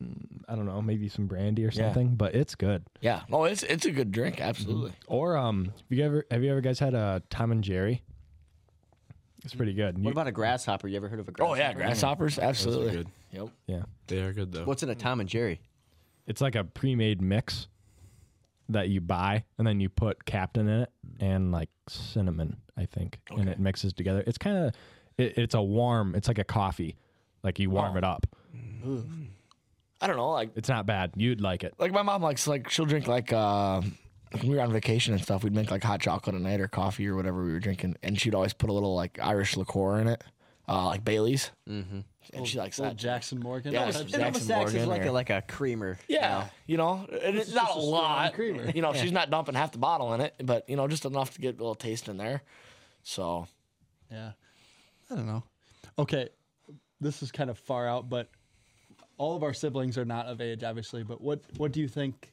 [SPEAKER 2] mm, I don't know, maybe some brandy or something. But it's good.
[SPEAKER 1] yeah. Oh, it's it's a good drink. Absolutely.
[SPEAKER 2] Or um, have you ever have you ever guys had a Tom and Jerry? It's pretty good. You-
[SPEAKER 3] What about a grasshopper? You ever heard of a grasshopper?
[SPEAKER 1] Oh yeah, grasshoppers. Absolutely.
[SPEAKER 5] good.
[SPEAKER 1] Yep.
[SPEAKER 2] yeah,
[SPEAKER 5] They are good though.
[SPEAKER 3] What's in a Tom and Jerry?
[SPEAKER 2] it's like a pre-made mix that you buy, and then you put Captain in it and like cinnamon, I think, and it mixes together. It's kind of it, it's a warm. It's like a coffee. Like you warm it up.
[SPEAKER 1] I don't know. Like
[SPEAKER 2] It's not bad. You'd like it.
[SPEAKER 1] like my mom likes like she'll drink like uh, when we were on vacation and stuff. We'd make like hot chocolate at night or coffee or whatever we were drinking, and she'd always put a little like Irish liqueur in it, uh, like Bailey's, mm-hmm. and she likes
[SPEAKER 4] Little
[SPEAKER 1] that.
[SPEAKER 4] Jackson Morgan.
[SPEAKER 1] Yeah,
[SPEAKER 4] type
[SPEAKER 1] it's-
[SPEAKER 4] stuff.
[SPEAKER 3] It
[SPEAKER 1] Jackson
[SPEAKER 3] almost acts as
[SPEAKER 1] Morgan
[SPEAKER 3] like
[SPEAKER 1] or-
[SPEAKER 3] a, like a creamer.
[SPEAKER 1] yeah, you know, and it's, not
[SPEAKER 4] just
[SPEAKER 1] a
[SPEAKER 4] a strong
[SPEAKER 1] lot.
[SPEAKER 4] creamer.
[SPEAKER 1] You know, she's not dumping half the bottle in it, but you know, just enough to get a little taste in there. So
[SPEAKER 4] Yeah. I don't know. Okay. This is kind of far out, but all of our siblings are not of age, obviously. But what, what do you think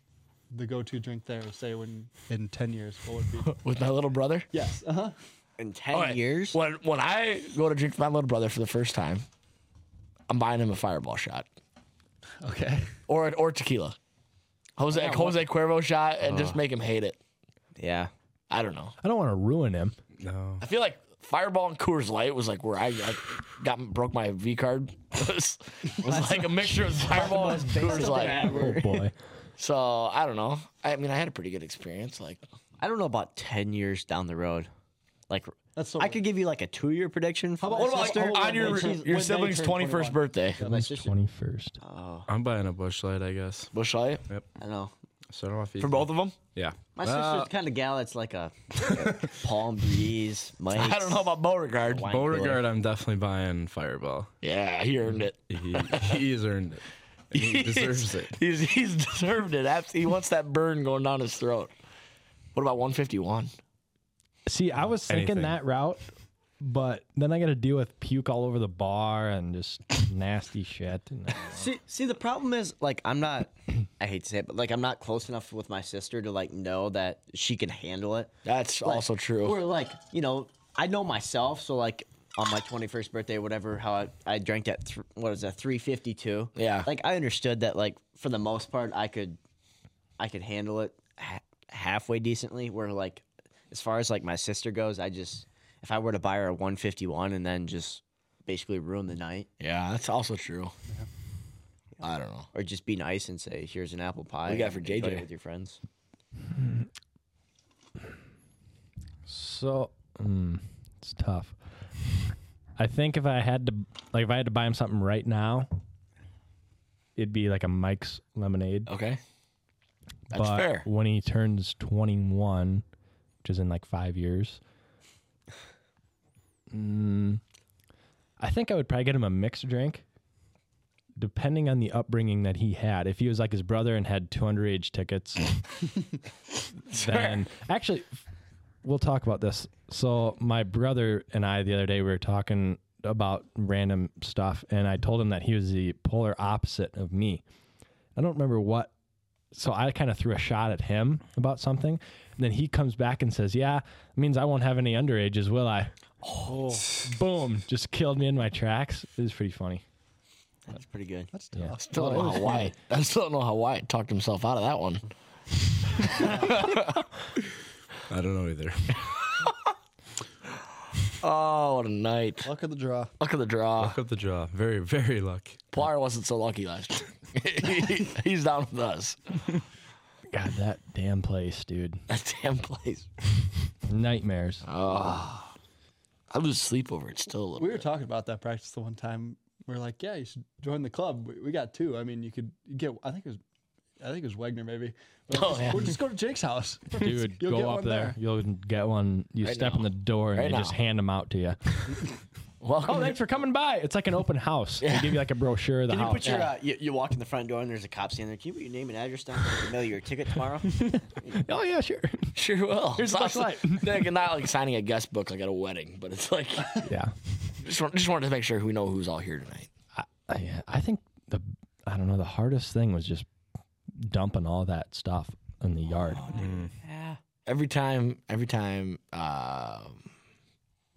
[SPEAKER 4] the go to drink there, say, when in 10 years? What would be?
[SPEAKER 1] with my little brother,
[SPEAKER 4] yes. Uh huh.
[SPEAKER 3] In ten
[SPEAKER 1] Okay,
[SPEAKER 3] years.
[SPEAKER 1] when when I go to drink with my little brother for the first time, I'm buying him a fireball shot.
[SPEAKER 4] Okay.
[SPEAKER 1] or or tequila. Jose Jose Cuervo shot and just make him hate it.
[SPEAKER 3] Yeah.
[SPEAKER 1] I don't know.
[SPEAKER 2] I don't want to ruin him.
[SPEAKER 5] no.
[SPEAKER 1] I feel like Fireball and Coors Light was like where I, I got broke my V card. It was, it was like a mixture of Fireball and Coors Light.
[SPEAKER 2] Oh boy.
[SPEAKER 1] So I don't know. I mean, I had a pretty good experience. Like
[SPEAKER 3] I don't know about ten years down the road. Like
[SPEAKER 4] That's so.
[SPEAKER 3] I could give you like a two-year prediction. For
[SPEAKER 4] How about-
[SPEAKER 3] my
[SPEAKER 4] what about,
[SPEAKER 1] Like,
[SPEAKER 4] like,
[SPEAKER 3] sister.
[SPEAKER 1] on
[SPEAKER 4] Start when
[SPEAKER 1] your
[SPEAKER 4] they turn- when
[SPEAKER 1] your
[SPEAKER 4] they
[SPEAKER 1] sibling's
[SPEAKER 4] turn
[SPEAKER 1] twenty
[SPEAKER 4] 21.
[SPEAKER 1] first birthday.
[SPEAKER 3] Yeah, my
[SPEAKER 2] It's
[SPEAKER 3] sister-
[SPEAKER 2] 21st.
[SPEAKER 3] Oh,
[SPEAKER 5] I'm buying a bush light, I guess.
[SPEAKER 1] Bushlight
[SPEAKER 3] I know.
[SPEAKER 5] Start off easy.
[SPEAKER 1] for both of them.
[SPEAKER 5] Yeah.
[SPEAKER 3] My
[SPEAKER 5] Uh,
[SPEAKER 3] sister's kind of gal that's like a, palm breeze. Mike's.
[SPEAKER 1] I don't know about Beauregard.
[SPEAKER 3] wine cooler.
[SPEAKER 5] Beauregard, I'm definitely buying Fireball.
[SPEAKER 1] Yeah, he earned it.
[SPEAKER 5] He, he's earned it. And he deserves it.
[SPEAKER 1] He's he's deserved it. Abs- He wants that burn going down his throat. What about 151?
[SPEAKER 2] See, I was thinking
[SPEAKER 5] Anything.
[SPEAKER 2] that route, but then I got to deal with puke all over the bar and just nasty shit. And
[SPEAKER 3] See, see, the problem is like I'm not. I hate to say it, but like I'm not close enough with my sister to like know that she can handle it.
[SPEAKER 1] That's also true.
[SPEAKER 3] Or like you know, I know myself. So like on my 21st birthday, whatever, how I, I drank at th- what was that 352.
[SPEAKER 1] Yeah.
[SPEAKER 3] Like I understood that like for the most part I could, I could handle it ha- halfway decently. Where like as far as like my sister goes, I just if I were to buy her a 151 and then just basically ruin the night.
[SPEAKER 1] Yeah, that's also true. I don't know.
[SPEAKER 3] or just be nice and say, "Here's an apple pie."
[SPEAKER 1] you got
[SPEAKER 3] and
[SPEAKER 1] for
[SPEAKER 3] enjoy
[SPEAKER 1] JJ?
[SPEAKER 3] it with your friends?
[SPEAKER 2] So mm, it's tough. I think if I had to, like, if I had to buy him something right now, it'd be like a Mike's lemonade.
[SPEAKER 1] Okay. That's
[SPEAKER 2] but
[SPEAKER 1] fair.
[SPEAKER 2] when he turns 21, which is in like five years, mm, I think I would probably get him a mixed drink, depending on the upbringing that he had. If he was like his brother and had two underage tickets, then actually, we'll talk about this. So, my brother and I the other day, we were talking about random stuff, and I told him that he was the polar opposite of me. I don't remember what so I kind of threw a shot at him about something. And then he comes back and says, Yeah, it means I won't have any underages, will I? Oh, boom. Just killed me in my tracks. It was pretty funny.
[SPEAKER 3] That's pretty good.
[SPEAKER 4] That's tough.
[SPEAKER 1] I still don't know how Wyatt. I still don't know how Wyatt talked himself out of that one.
[SPEAKER 5] I don't know either.
[SPEAKER 1] Oh, what a night!
[SPEAKER 4] Luck of the draw.
[SPEAKER 1] Luck of the draw.
[SPEAKER 5] Look up the draw. Very, very lucky.
[SPEAKER 1] Plyer wasn't so lucky last year. He- he's down with us.
[SPEAKER 2] God, that damn place, dude.
[SPEAKER 1] That damn place. Ah.
[SPEAKER 2] Nightmares.
[SPEAKER 1] I lose sleep over it still a little.
[SPEAKER 4] Ah. We were talking about that practice the one time. We are like, yeah, you should join the club. We, we got two. I mean, you could you get. I think it was. I think it was Wegner maybe. We're like,
[SPEAKER 1] Oh, yeah.
[SPEAKER 4] We'll just go to Jake's house.
[SPEAKER 2] Dude,
[SPEAKER 4] You'll
[SPEAKER 2] go
[SPEAKER 4] get
[SPEAKER 2] up
[SPEAKER 4] one
[SPEAKER 2] there.
[SPEAKER 4] there.
[SPEAKER 2] You'll get one. You
[SPEAKER 1] Right
[SPEAKER 2] step
[SPEAKER 1] now.
[SPEAKER 2] in the door and
[SPEAKER 1] Right
[SPEAKER 2] they just
[SPEAKER 1] now.
[SPEAKER 2] hand them out to you.
[SPEAKER 1] Welcome.
[SPEAKER 2] oh, thanks for coming by. It's like an open house. They give you like a brochure of the
[SPEAKER 3] Can you
[SPEAKER 2] house.
[SPEAKER 3] put your uh, you, you walk in the front door and there's a cop standing there. Can you put your name and address down so I can mail you your ticket tomorrow?
[SPEAKER 2] oh, yeah, sure.
[SPEAKER 1] sure will. Here's
[SPEAKER 2] a flashlight.
[SPEAKER 1] like, not like signing a guest book like at a wedding, but it's like
[SPEAKER 2] yeah.
[SPEAKER 1] just want- just wanted to make sure we know who's all here tonight.
[SPEAKER 2] I, I think the I don't know the hardest thing was just dumping all that stuff in the yard.
[SPEAKER 1] Every time, every time, um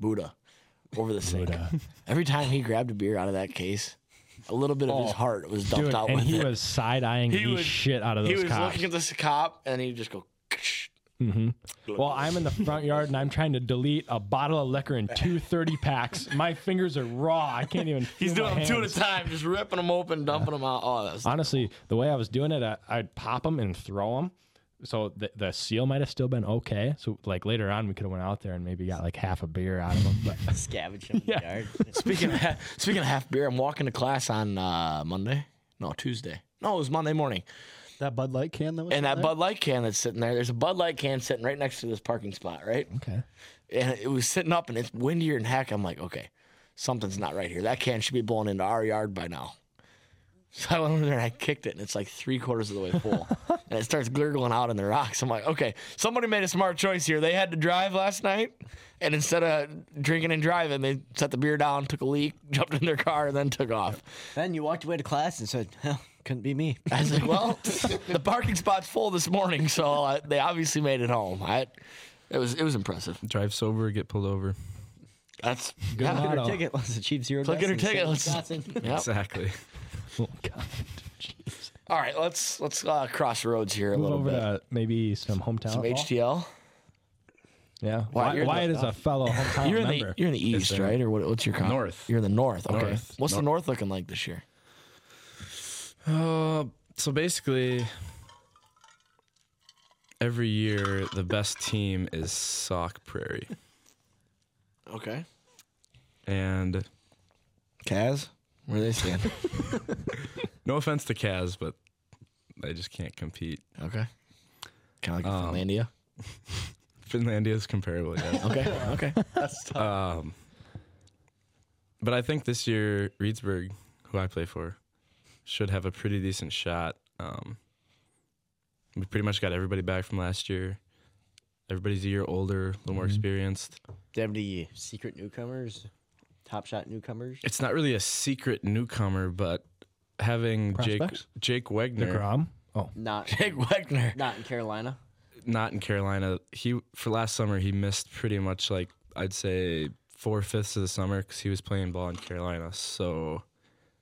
[SPEAKER 1] Buddha over the sink. Every time he grabbed a beer out of that case, a little bit of his heart was dumped
[SPEAKER 2] Dude,
[SPEAKER 1] out
[SPEAKER 2] and
[SPEAKER 1] with
[SPEAKER 2] he
[SPEAKER 1] it.
[SPEAKER 2] was side eyeing
[SPEAKER 1] He
[SPEAKER 2] the
[SPEAKER 1] was-
[SPEAKER 2] shit out of
[SPEAKER 1] he
[SPEAKER 2] those
[SPEAKER 1] was
[SPEAKER 2] cops.
[SPEAKER 1] looking at this cop, and he'd just go.
[SPEAKER 2] well, I'm in the front yard and I'm trying to delete a bottle of liquor and two 30 packs. My fingers are raw. I can't even.
[SPEAKER 1] He's
[SPEAKER 2] feel
[SPEAKER 1] doing
[SPEAKER 2] my
[SPEAKER 1] them two at a
[SPEAKER 2] hands.
[SPEAKER 1] time, just ripping them open, dumping them out. Oh, that's
[SPEAKER 2] Honestly, the way I was doing it, I, I'd pop them and throw them. So the, the seal might have still been okay. So like later on, we could have went out there and maybe got like half a beer out of them. But
[SPEAKER 3] Scavenge from the
[SPEAKER 2] Yeah.
[SPEAKER 3] yard.
[SPEAKER 1] Speaking of, speaking of half beer, I'm walking to class on uh, Monday. No, Tuesday. No, it was Monday morning.
[SPEAKER 4] That Bud Light can though.
[SPEAKER 1] And that Bud Light can that's sitting there, there's a Bud Light can sitting right next to this parking spot, right?
[SPEAKER 2] okay,
[SPEAKER 1] And it was sitting up and it's windier than heck. I'm like, okay, something's not right here. That can should be blowing into our yard by now. So I went over there and I kicked it and it's like three quarters of the way full. and it starts gurgling out in the rocks. I'm like, okay, somebody made a smart choice here. They had to drive last night and instead of drinking and driving, they set the beer down, took a leak, jumped in their car, and then took off.
[SPEAKER 3] Then you walked away to class and said, "Huh, "Couldn't be me."
[SPEAKER 1] I was like, well, the parking spot's full this morning, so uh, they obviously made it home. I, it was it was impressive.
[SPEAKER 5] Drive sober, get pulled over.
[SPEAKER 1] That's good.
[SPEAKER 3] Look at her
[SPEAKER 2] motto.
[SPEAKER 3] ticket. Let's achieve zero.
[SPEAKER 1] Look at her
[SPEAKER 3] deaths in
[SPEAKER 1] ticket.
[SPEAKER 3] the
[SPEAKER 1] Let's-
[SPEAKER 3] state of Wisconsin.
[SPEAKER 1] Yep.
[SPEAKER 5] Exactly.
[SPEAKER 2] oh god, jeez.
[SPEAKER 1] All right, let's let's uh, cross roads here a
[SPEAKER 2] Move
[SPEAKER 1] little
[SPEAKER 2] over
[SPEAKER 1] bit.
[SPEAKER 2] to maybe some hometown.
[SPEAKER 1] Some
[SPEAKER 2] ball.
[SPEAKER 1] HTL.
[SPEAKER 2] Yeah.
[SPEAKER 1] Wyatt,
[SPEAKER 2] Why
[SPEAKER 1] you're
[SPEAKER 2] Wyatt
[SPEAKER 1] the-
[SPEAKER 2] is a fellow hometown
[SPEAKER 1] You're in
[SPEAKER 2] member.
[SPEAKER 1] the you're in the east,
[SPEAKER 5] there-
[SPEAKER 1] right? Or what, what's your con-
[SPEAKER 5] North.
[SPEAKER 1] You're in the north. Okay.
[SPEAKER 5] North.
[SPEAKER 1] What's the north looking like this year?
[SPEAKER 5] Uh, so basically, every year the best team is Sauk Prairie.
[SPEAKER 1] Okay.
[SPEAKER 5] And
[SPEAKER 1] Kaz, where they stand?
[SPEAKER 5] no offense to Kaz, but I just can't compete.
[SPEAKER 1] okay. Kind of like
[SPEAKER 5] Um,
[SPEAKER 1] Finlandia.
[SPEAKER 5] Finlandia is comparable. Yeah.
[SPEAKER 1] Okay. Okay.
[SPEAKER 4] That's tough.
[SPEAKER 5] Um, but I think this year, Reedsburg, who I play for, should have a pretty decent shot. Um, we pretty much got everybody back from last year. Everybody's a year older, a little more
[SPEAKER 2] Mhm.
[SPEAKER 5] experienced.
[SPEAKER 3] Do you have any secret newcomers? Top shot newcomers?
[SPEAKER 5] It's not really a secret newcomer, but having
[SPEAKER 4] Prospects?
[SPEAKER 5] Jake Jake Wegner
[SPEAKER 2] Degrom. Oh,
[SPEAKER 3] Not
[SPEAKER 1] Jake Wagner.
[SPEAKER 3] not in Carolina.
[SPEAKER 5] not in Carolina. He for last summer he missed pretty much like I'd say four fifths of the summer because he was playing ball in Carolina. So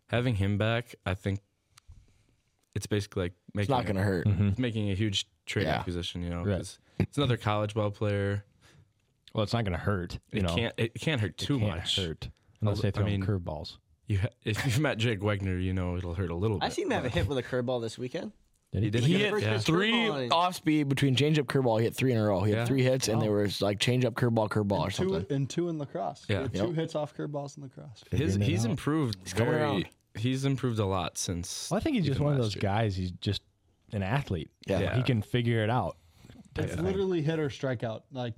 [SPEAKER 5] having him back, I think it's basically like
[SPEAKER 1] It's
[SPEAKER 5] making
[SPEAKER 1] not gonna hurt.
[SPEAKER 2] hmm
[SPEAKER 5] a, making a huge trade
[SPEAKER 1] Yeah.
[SPEAKER 5] acquisition. You know,
[SPEAKER 2] Right.
[SPEAKER 5] 'cause it's another college ball player.
[SPEAKER 2] well, it's not going to hurt. You
[SPEAKER 5] It
[SPEAKER 2] know,
[SPEAKER 5] can't it can't hurt
[SPEAKER 2] It
[SPEAKER 5] too
[SPEAKER 2] can't
[SPEAKER 5] much.
[SPEAKER 2] Hurt unless
[SPEAKER 5] Although-
[SPEAKER 2] they
[SPEAKER 5] I
[SPEAKER 2] throw him
[SPEAKER 5] mean-
[SPEAKER 2] curveballs.
[SPEAKER 5] You ha- if you've met Jake Wegner, you know it'll hurt a little bit.
[SPEAKER 3] I seen him have a
[SPEAKER 5] but-
[SPEAKER 3] hit with a curveball this weekend.
[SPEAKER 2] Did
[SPEAKER 5] He did
[SPEAKER 1] He
[SPEAKER 5] Yeah.
[SPEAKER 1] hit
[SPEAKER 5] Yeah.
[SPEAKER 1] three
[SPEAKER 3] Curveball and-
[SPEAKER 1] off speed between changeup curveball. He hit three in a row. He had
[SPEAKER 5] Yeah.
[SPEAKER 1] three hits, and they were like changeup curveball, curveball, or
[SPEAKER 4] two
[SPEAKER 1] something.
[SPEAKER 4] and two in lacrosse.
[SPEAKER 5] Yeah.
[SPEAKER 4] Yeah, two
[SPEAKER 1] Yep.
[SPEAKER 4] hits off curveballs in lacrosse.
[SPEAKER 5] His,
[SPEAKER 2] Figuring it
[SPEAKER 5] he's
[SPEAKER 2] out.
[SPEAKER 5] improved
[SPEAKER 1] coming
[SPEAKER 5] very.
[SPEAKER 1] around.
[SPEAKER 5] He's improved a lot since.
[SPEAKER 2] Well, I think he's just
[SPEAKER 5] even
[SPEAKER 2] one of
[SPEAKER 5] last
[SPEAKER 2] those
[SPEAKER 5] year.
[SPEAKER 2] guys. He's just an athlete.
[SPEAKER 1] Yeah.
[SPEAKER 5] Yeah.
[SPEAKER 2] He can figure it out.
[SPEAKER 4] It's literally hit or strikeout. Like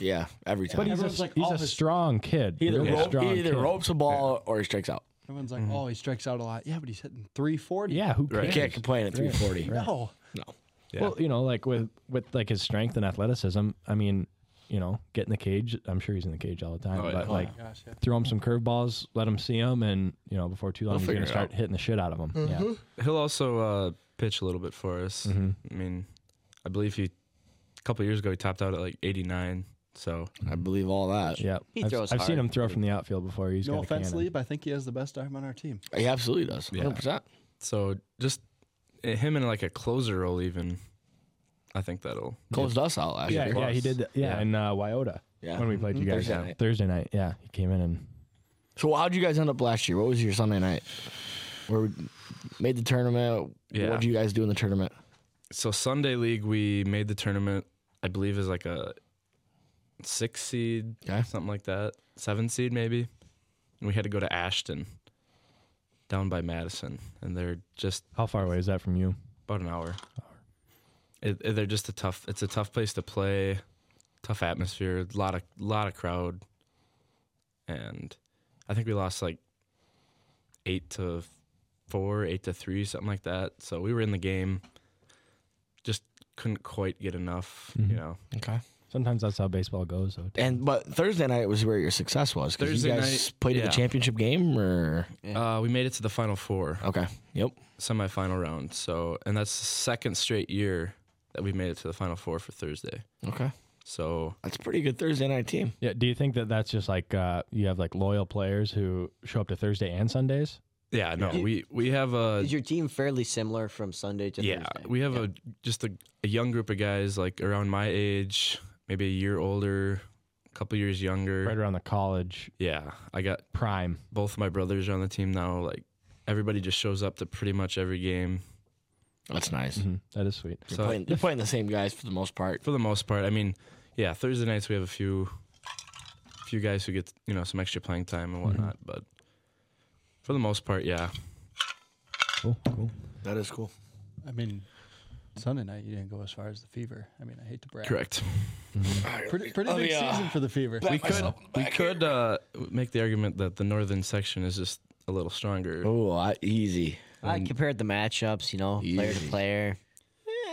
[SPEAKER 1] Yeah, every time.
[SPEAKER 2] But he's a,
[SPEAKER 4] Everyone's like,
[SPEAKER 2] he's
[SPEAKER 4] all
[SPEAKER 2] a
[SPEAKER 4] his-
[SPEAKER 2] strong kid.
[SPEAKER 1] He either,
[SPEAKER 2] really
[SPEAKER 1] rope,
[SPEAKER 2] strong
[SPEAKER 1] he either
[SPEAKER 2] kid.
[SPEAKER 1] ropes a ball or he strikes out.
[SPEAKER 4] everyone's like, oh, he strikes out a lot. Yeah, but he's hitting 340.
[SPEAKER 2] Yeah, who
[SPEAKER 5] Right.
[SPEAKER 2] cares?
[SPEAKER 1] You can't complain at 340.
[SPEAKER 4] No.
[SPEAKER 5] Yeah.
[SPEAKER 2] Well, you know, like with with like his strength and athleticism. I mean, you know, get in the cage. I'm sure he's in the cage all the time.
[SPEAKER 5] Oh, yeah.
[SPEAKER 2] but
[SPEAKER 5] Oh,
[SPEAKER 2] like,
[SPEAKER 4] Gosh, yeah.
[SPEAKER 2] throw him some curveballs, let him see them, and you know, before too long,
[SPEAKER 5] They'll
[SPEAKER 2] he's gonna
[SPEAKER 5] figure it
[SPEAKER 2] start hitting the shit out of them. Yeah.
[SPEAKER 5] He'll also uh, pitch a little bit for us.
[SPEAKER 2] Mhm.
[SPEAKER 5] I mean, I believe he a couple years ago he topped out at like 89. So
[SPEAKER 1] I believe all that.
[SPEAKER 2] Yeah,
[SPEAKER 3] He
[SPEAKER 2] I've,
[SPEAKER 3] throws
[SPEAKER 2] I've seen
[SPEAKER 3] hard.
[SPEAKER 2] him throw from the outfield before. He's
[SPEAKER 4] No
[SPEAKER 2] got
[SPEAKER 4] offense,
[SPEAKER 2] a cannon.
[SPEAKER 4] Lee, but I think he has the best arm on our team.
[SPEAKER 1] He absolutely does.
[SPEAKER 5] Yeah.
[SPEAKER 1] 100%.
[SPEAKER 5] so just uh, him in like a closer role even. I think that'll
[SPEAKER 1] Closed us out last
[SPEAKER 2] Yeah,
[SPEAKER 1] year.
[SPEAKER 2] yeah, he did. That. Yeah,
[SPEAKER 5] Yeah.
[SPEAKER 2] in uh, Wyota
[SPEAKER 1] Yeah.
[SPEAKER 2] when we played you guys
[SPEAKER 1] Thursday night.
[SPEAKER 2] Thursday night. Yeah, he came in and
[SPEAKER 1] So how'd you guys end up last year? What was your Sunday night? Where we made the tournament?
[SPEAKER 5] Yeah.
[SPEAKER 1] What did you guys do in the tournament?
[SPEAKER 5] So Sunday league we made the tournament. I believe is like a six seed,
[SPEAKER 1] Okay.
[SPEAKER 5] something like that, seven seed maybe. And we had to go to Ashton, down by Madison, and they're just
[SPEAKER 2] how far away is that from you?
[SPEAKER 5] about an hour. It, it- they're just a tough. It's a tough place to play. Tough atmosphere. Lot of lot of crowd. And I think we lost like eight to four, eight to three, something like that. So we were in the game. Just couldn't quite get enough.
[SPEAKER 2] Mhm.
[SPEAKER 5] You know.
[SPEAKER 1] Okay.
[SPEAKER 2] Sometimes that's how baseball goes. Though.
[SPEAKER 1] And but Thursday night was where your success was because you
[SPEAKER 5] Thursday
[SPEAKER 1] guys
[SPEAKER 5] night,
[SPEAKER 1] played in
[SPEAKER 5] yeah.
[SPEAKER 1] the championship game or
[SPEAKER 5] Uh, we made it to the final four,
[SPEAKER 1] okay. Yep.
[SPEAKER 5] semifinal round. So and that's the second straight year that we made it to the final four for Thursday.
[SPEAKER 1] Okay.
[SPEAKER 5] So
[SPEAKER 1] That's a pretty good Thursday night team.
[SPEAKER 2] Yeah. Do you think that that's just like uh, you have like loyal players who show up to Thursday and Sundays?
[SPEAKER 5] yeah, no,
[SPEAKER 3] Yeah.
[SPEAKER 5] we we have a
[SPEAKER 3] Is your team fairly similar from Sunday to
[SPEAKER 5] Uh, yeah
[SPEAKER 3] Thursday?
[SPEAKER 5] we have a just a, a young group of guys like around my age maybe a year older a couple years younger
[SPEAKER 2] Right around the college
[SPEAKER 5] yeah i got
[SPEAKER 2] prime.
[SPEAKER 5] both my brothers on the team now like everybody just shows up to pretty much every game
[SPEAKER 1] That's nice.
[SPEAKER 2] Mhm. That is sweet.
[SPEAKER 1] You're,
[SPEAKER 5] So-
[SPEAKER 1] playing, you're playing the same guys for the most part.
[SPEAKER 5] for the most part i mean yeah thursday nights we have a few few guys who get you know some extra playing time and whatnot but for the most part yeah
[SPEAKER 2] Cool. Cool.
[SPEAKER 1] That is cool.
[SPEAKER 4] I mean, Sunday night you didn't go as far as the fever. I mean, I hate to brag.
[SPEAKER 5] correct
[SPEAKER 4] Pretty, pretty
[SPEAKER 1] Oh,
[SPEAKER 4] big
[SPEAKER 1] yeah.
[SPEAKER 4] season for the fever.
[SPEAKER 1] Back-
[SPEAKER 5] we could
[SPEAKER 1] myself
[SPEAKER 5] we
[SPEAKER 1] back
[SPEAKER 5] could uh, make the argument that the northern section is just a little stronger
[SPEAKER 1] Oh, I, easy.
[SPEAKER 3] I compared the matchups, you know, player to
[SPEAKER 1] Easy.
[SPEAKER 3] player.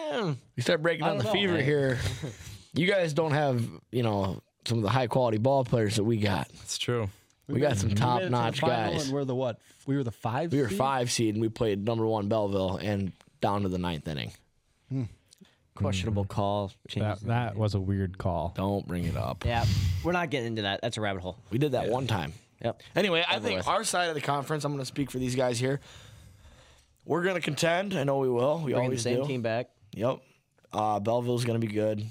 [SPEAKER 3] Yeah.
[SPEAKER 1] We start breaking
[SPEAKER 3] I
[SPEAKER 1] down the
[SPEAKER 3] don't know,
[SPEAKER 1] fever
[SPEAKER 3] man.
[SPEAKER 1] here. You guys don't have, you know, some of the high quality ball players that we got.
[SPEAKER 5] that's true
[SPEAKER 1] We got
[SPEAKER 4] made-
[SPEAKER 1] some
[SPEAKER 4] made it to the
[SPEAKER 1] top-notch
[SPEAKER 4] final,
[SPEAKER 1] guys.
[SPEAKER 4] And we're the what? We were the five.
[SPEAKER 1] We were
[SPEAKER 4] seed?
[SPEAKER 1] five seed and we played number one Belleville and down to the ninth inning.
[SPEAKER 3] Questionable call.
[SPEAKER 2] That
[SPEAKER 3] changes
[SPEAKER 2] that was a weird call.
[SPEAKER 1] Don't bring it up.
[SPEAKER 3] the- Yeah. We're not getting into that. That's a rabbit hole.
[SPEAKER 1] We did that one time.
[SPEAKER 3] Yep.
[SPEAKER 1] Anyway, I
[SPEAKER 3] Over
[SPEAKER 1] think
[SPEAKER 3] with.
[SPEAKER 1] our side of the conference, I'm going to speak for these guys here. We're going to contend. I know we will. We
[SPEAKER 3] Bringing the
[SPEAKER 1] always
[SPEAKER 3] same
[SPEAKER 1] do.
[SPEAKER 3] team back.
[SPEAKER 1] Yep. Uh, Belleville's going to be good.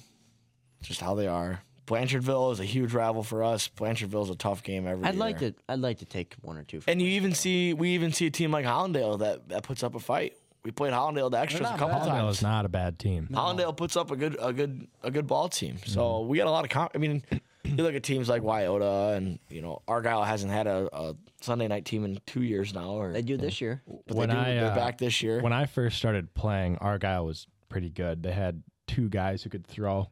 [SPEAKER 1] Just how they are. Blanchardville is a huge rival for us. Blanchardville's a tough game every
[SPEAKER 3] I'd like
[SPEAKER 1] year.
[SPEAKER 3] to. I'd like to take one or two. From
[SPEAKER 1] And you even see, we even see a team like Hollandale that, that puts up a fight. We played Hollandale the extras a
[SPEAKER 4] not
[SPEAKER 1] couple
[SPEAKER 4] bad.
[SPEAKER 1] times.
[SPEAKER 2] That was not a bad team.
[SPEAKER 1] Hollandale puts up a good a good a good ball team. So we got a lot of comp- I mean, you look at teams like Wyota, and you know Argyle hasn't had a, a Sunday night team in two years now. Or
[SPEAKER 3] They do this year.
[SPEAKER 1] but
[SPEAKER 2] When
[SPEAKER 1] they do,
[SPEAKER 2] I,
[SPEAKER 1] they're
[SPEAKER 2] uh,
[SPEAKER 1] back this year.
[SPEAKER 2] When I first started playing, Argyle was pretty good. They had two guys who could throw.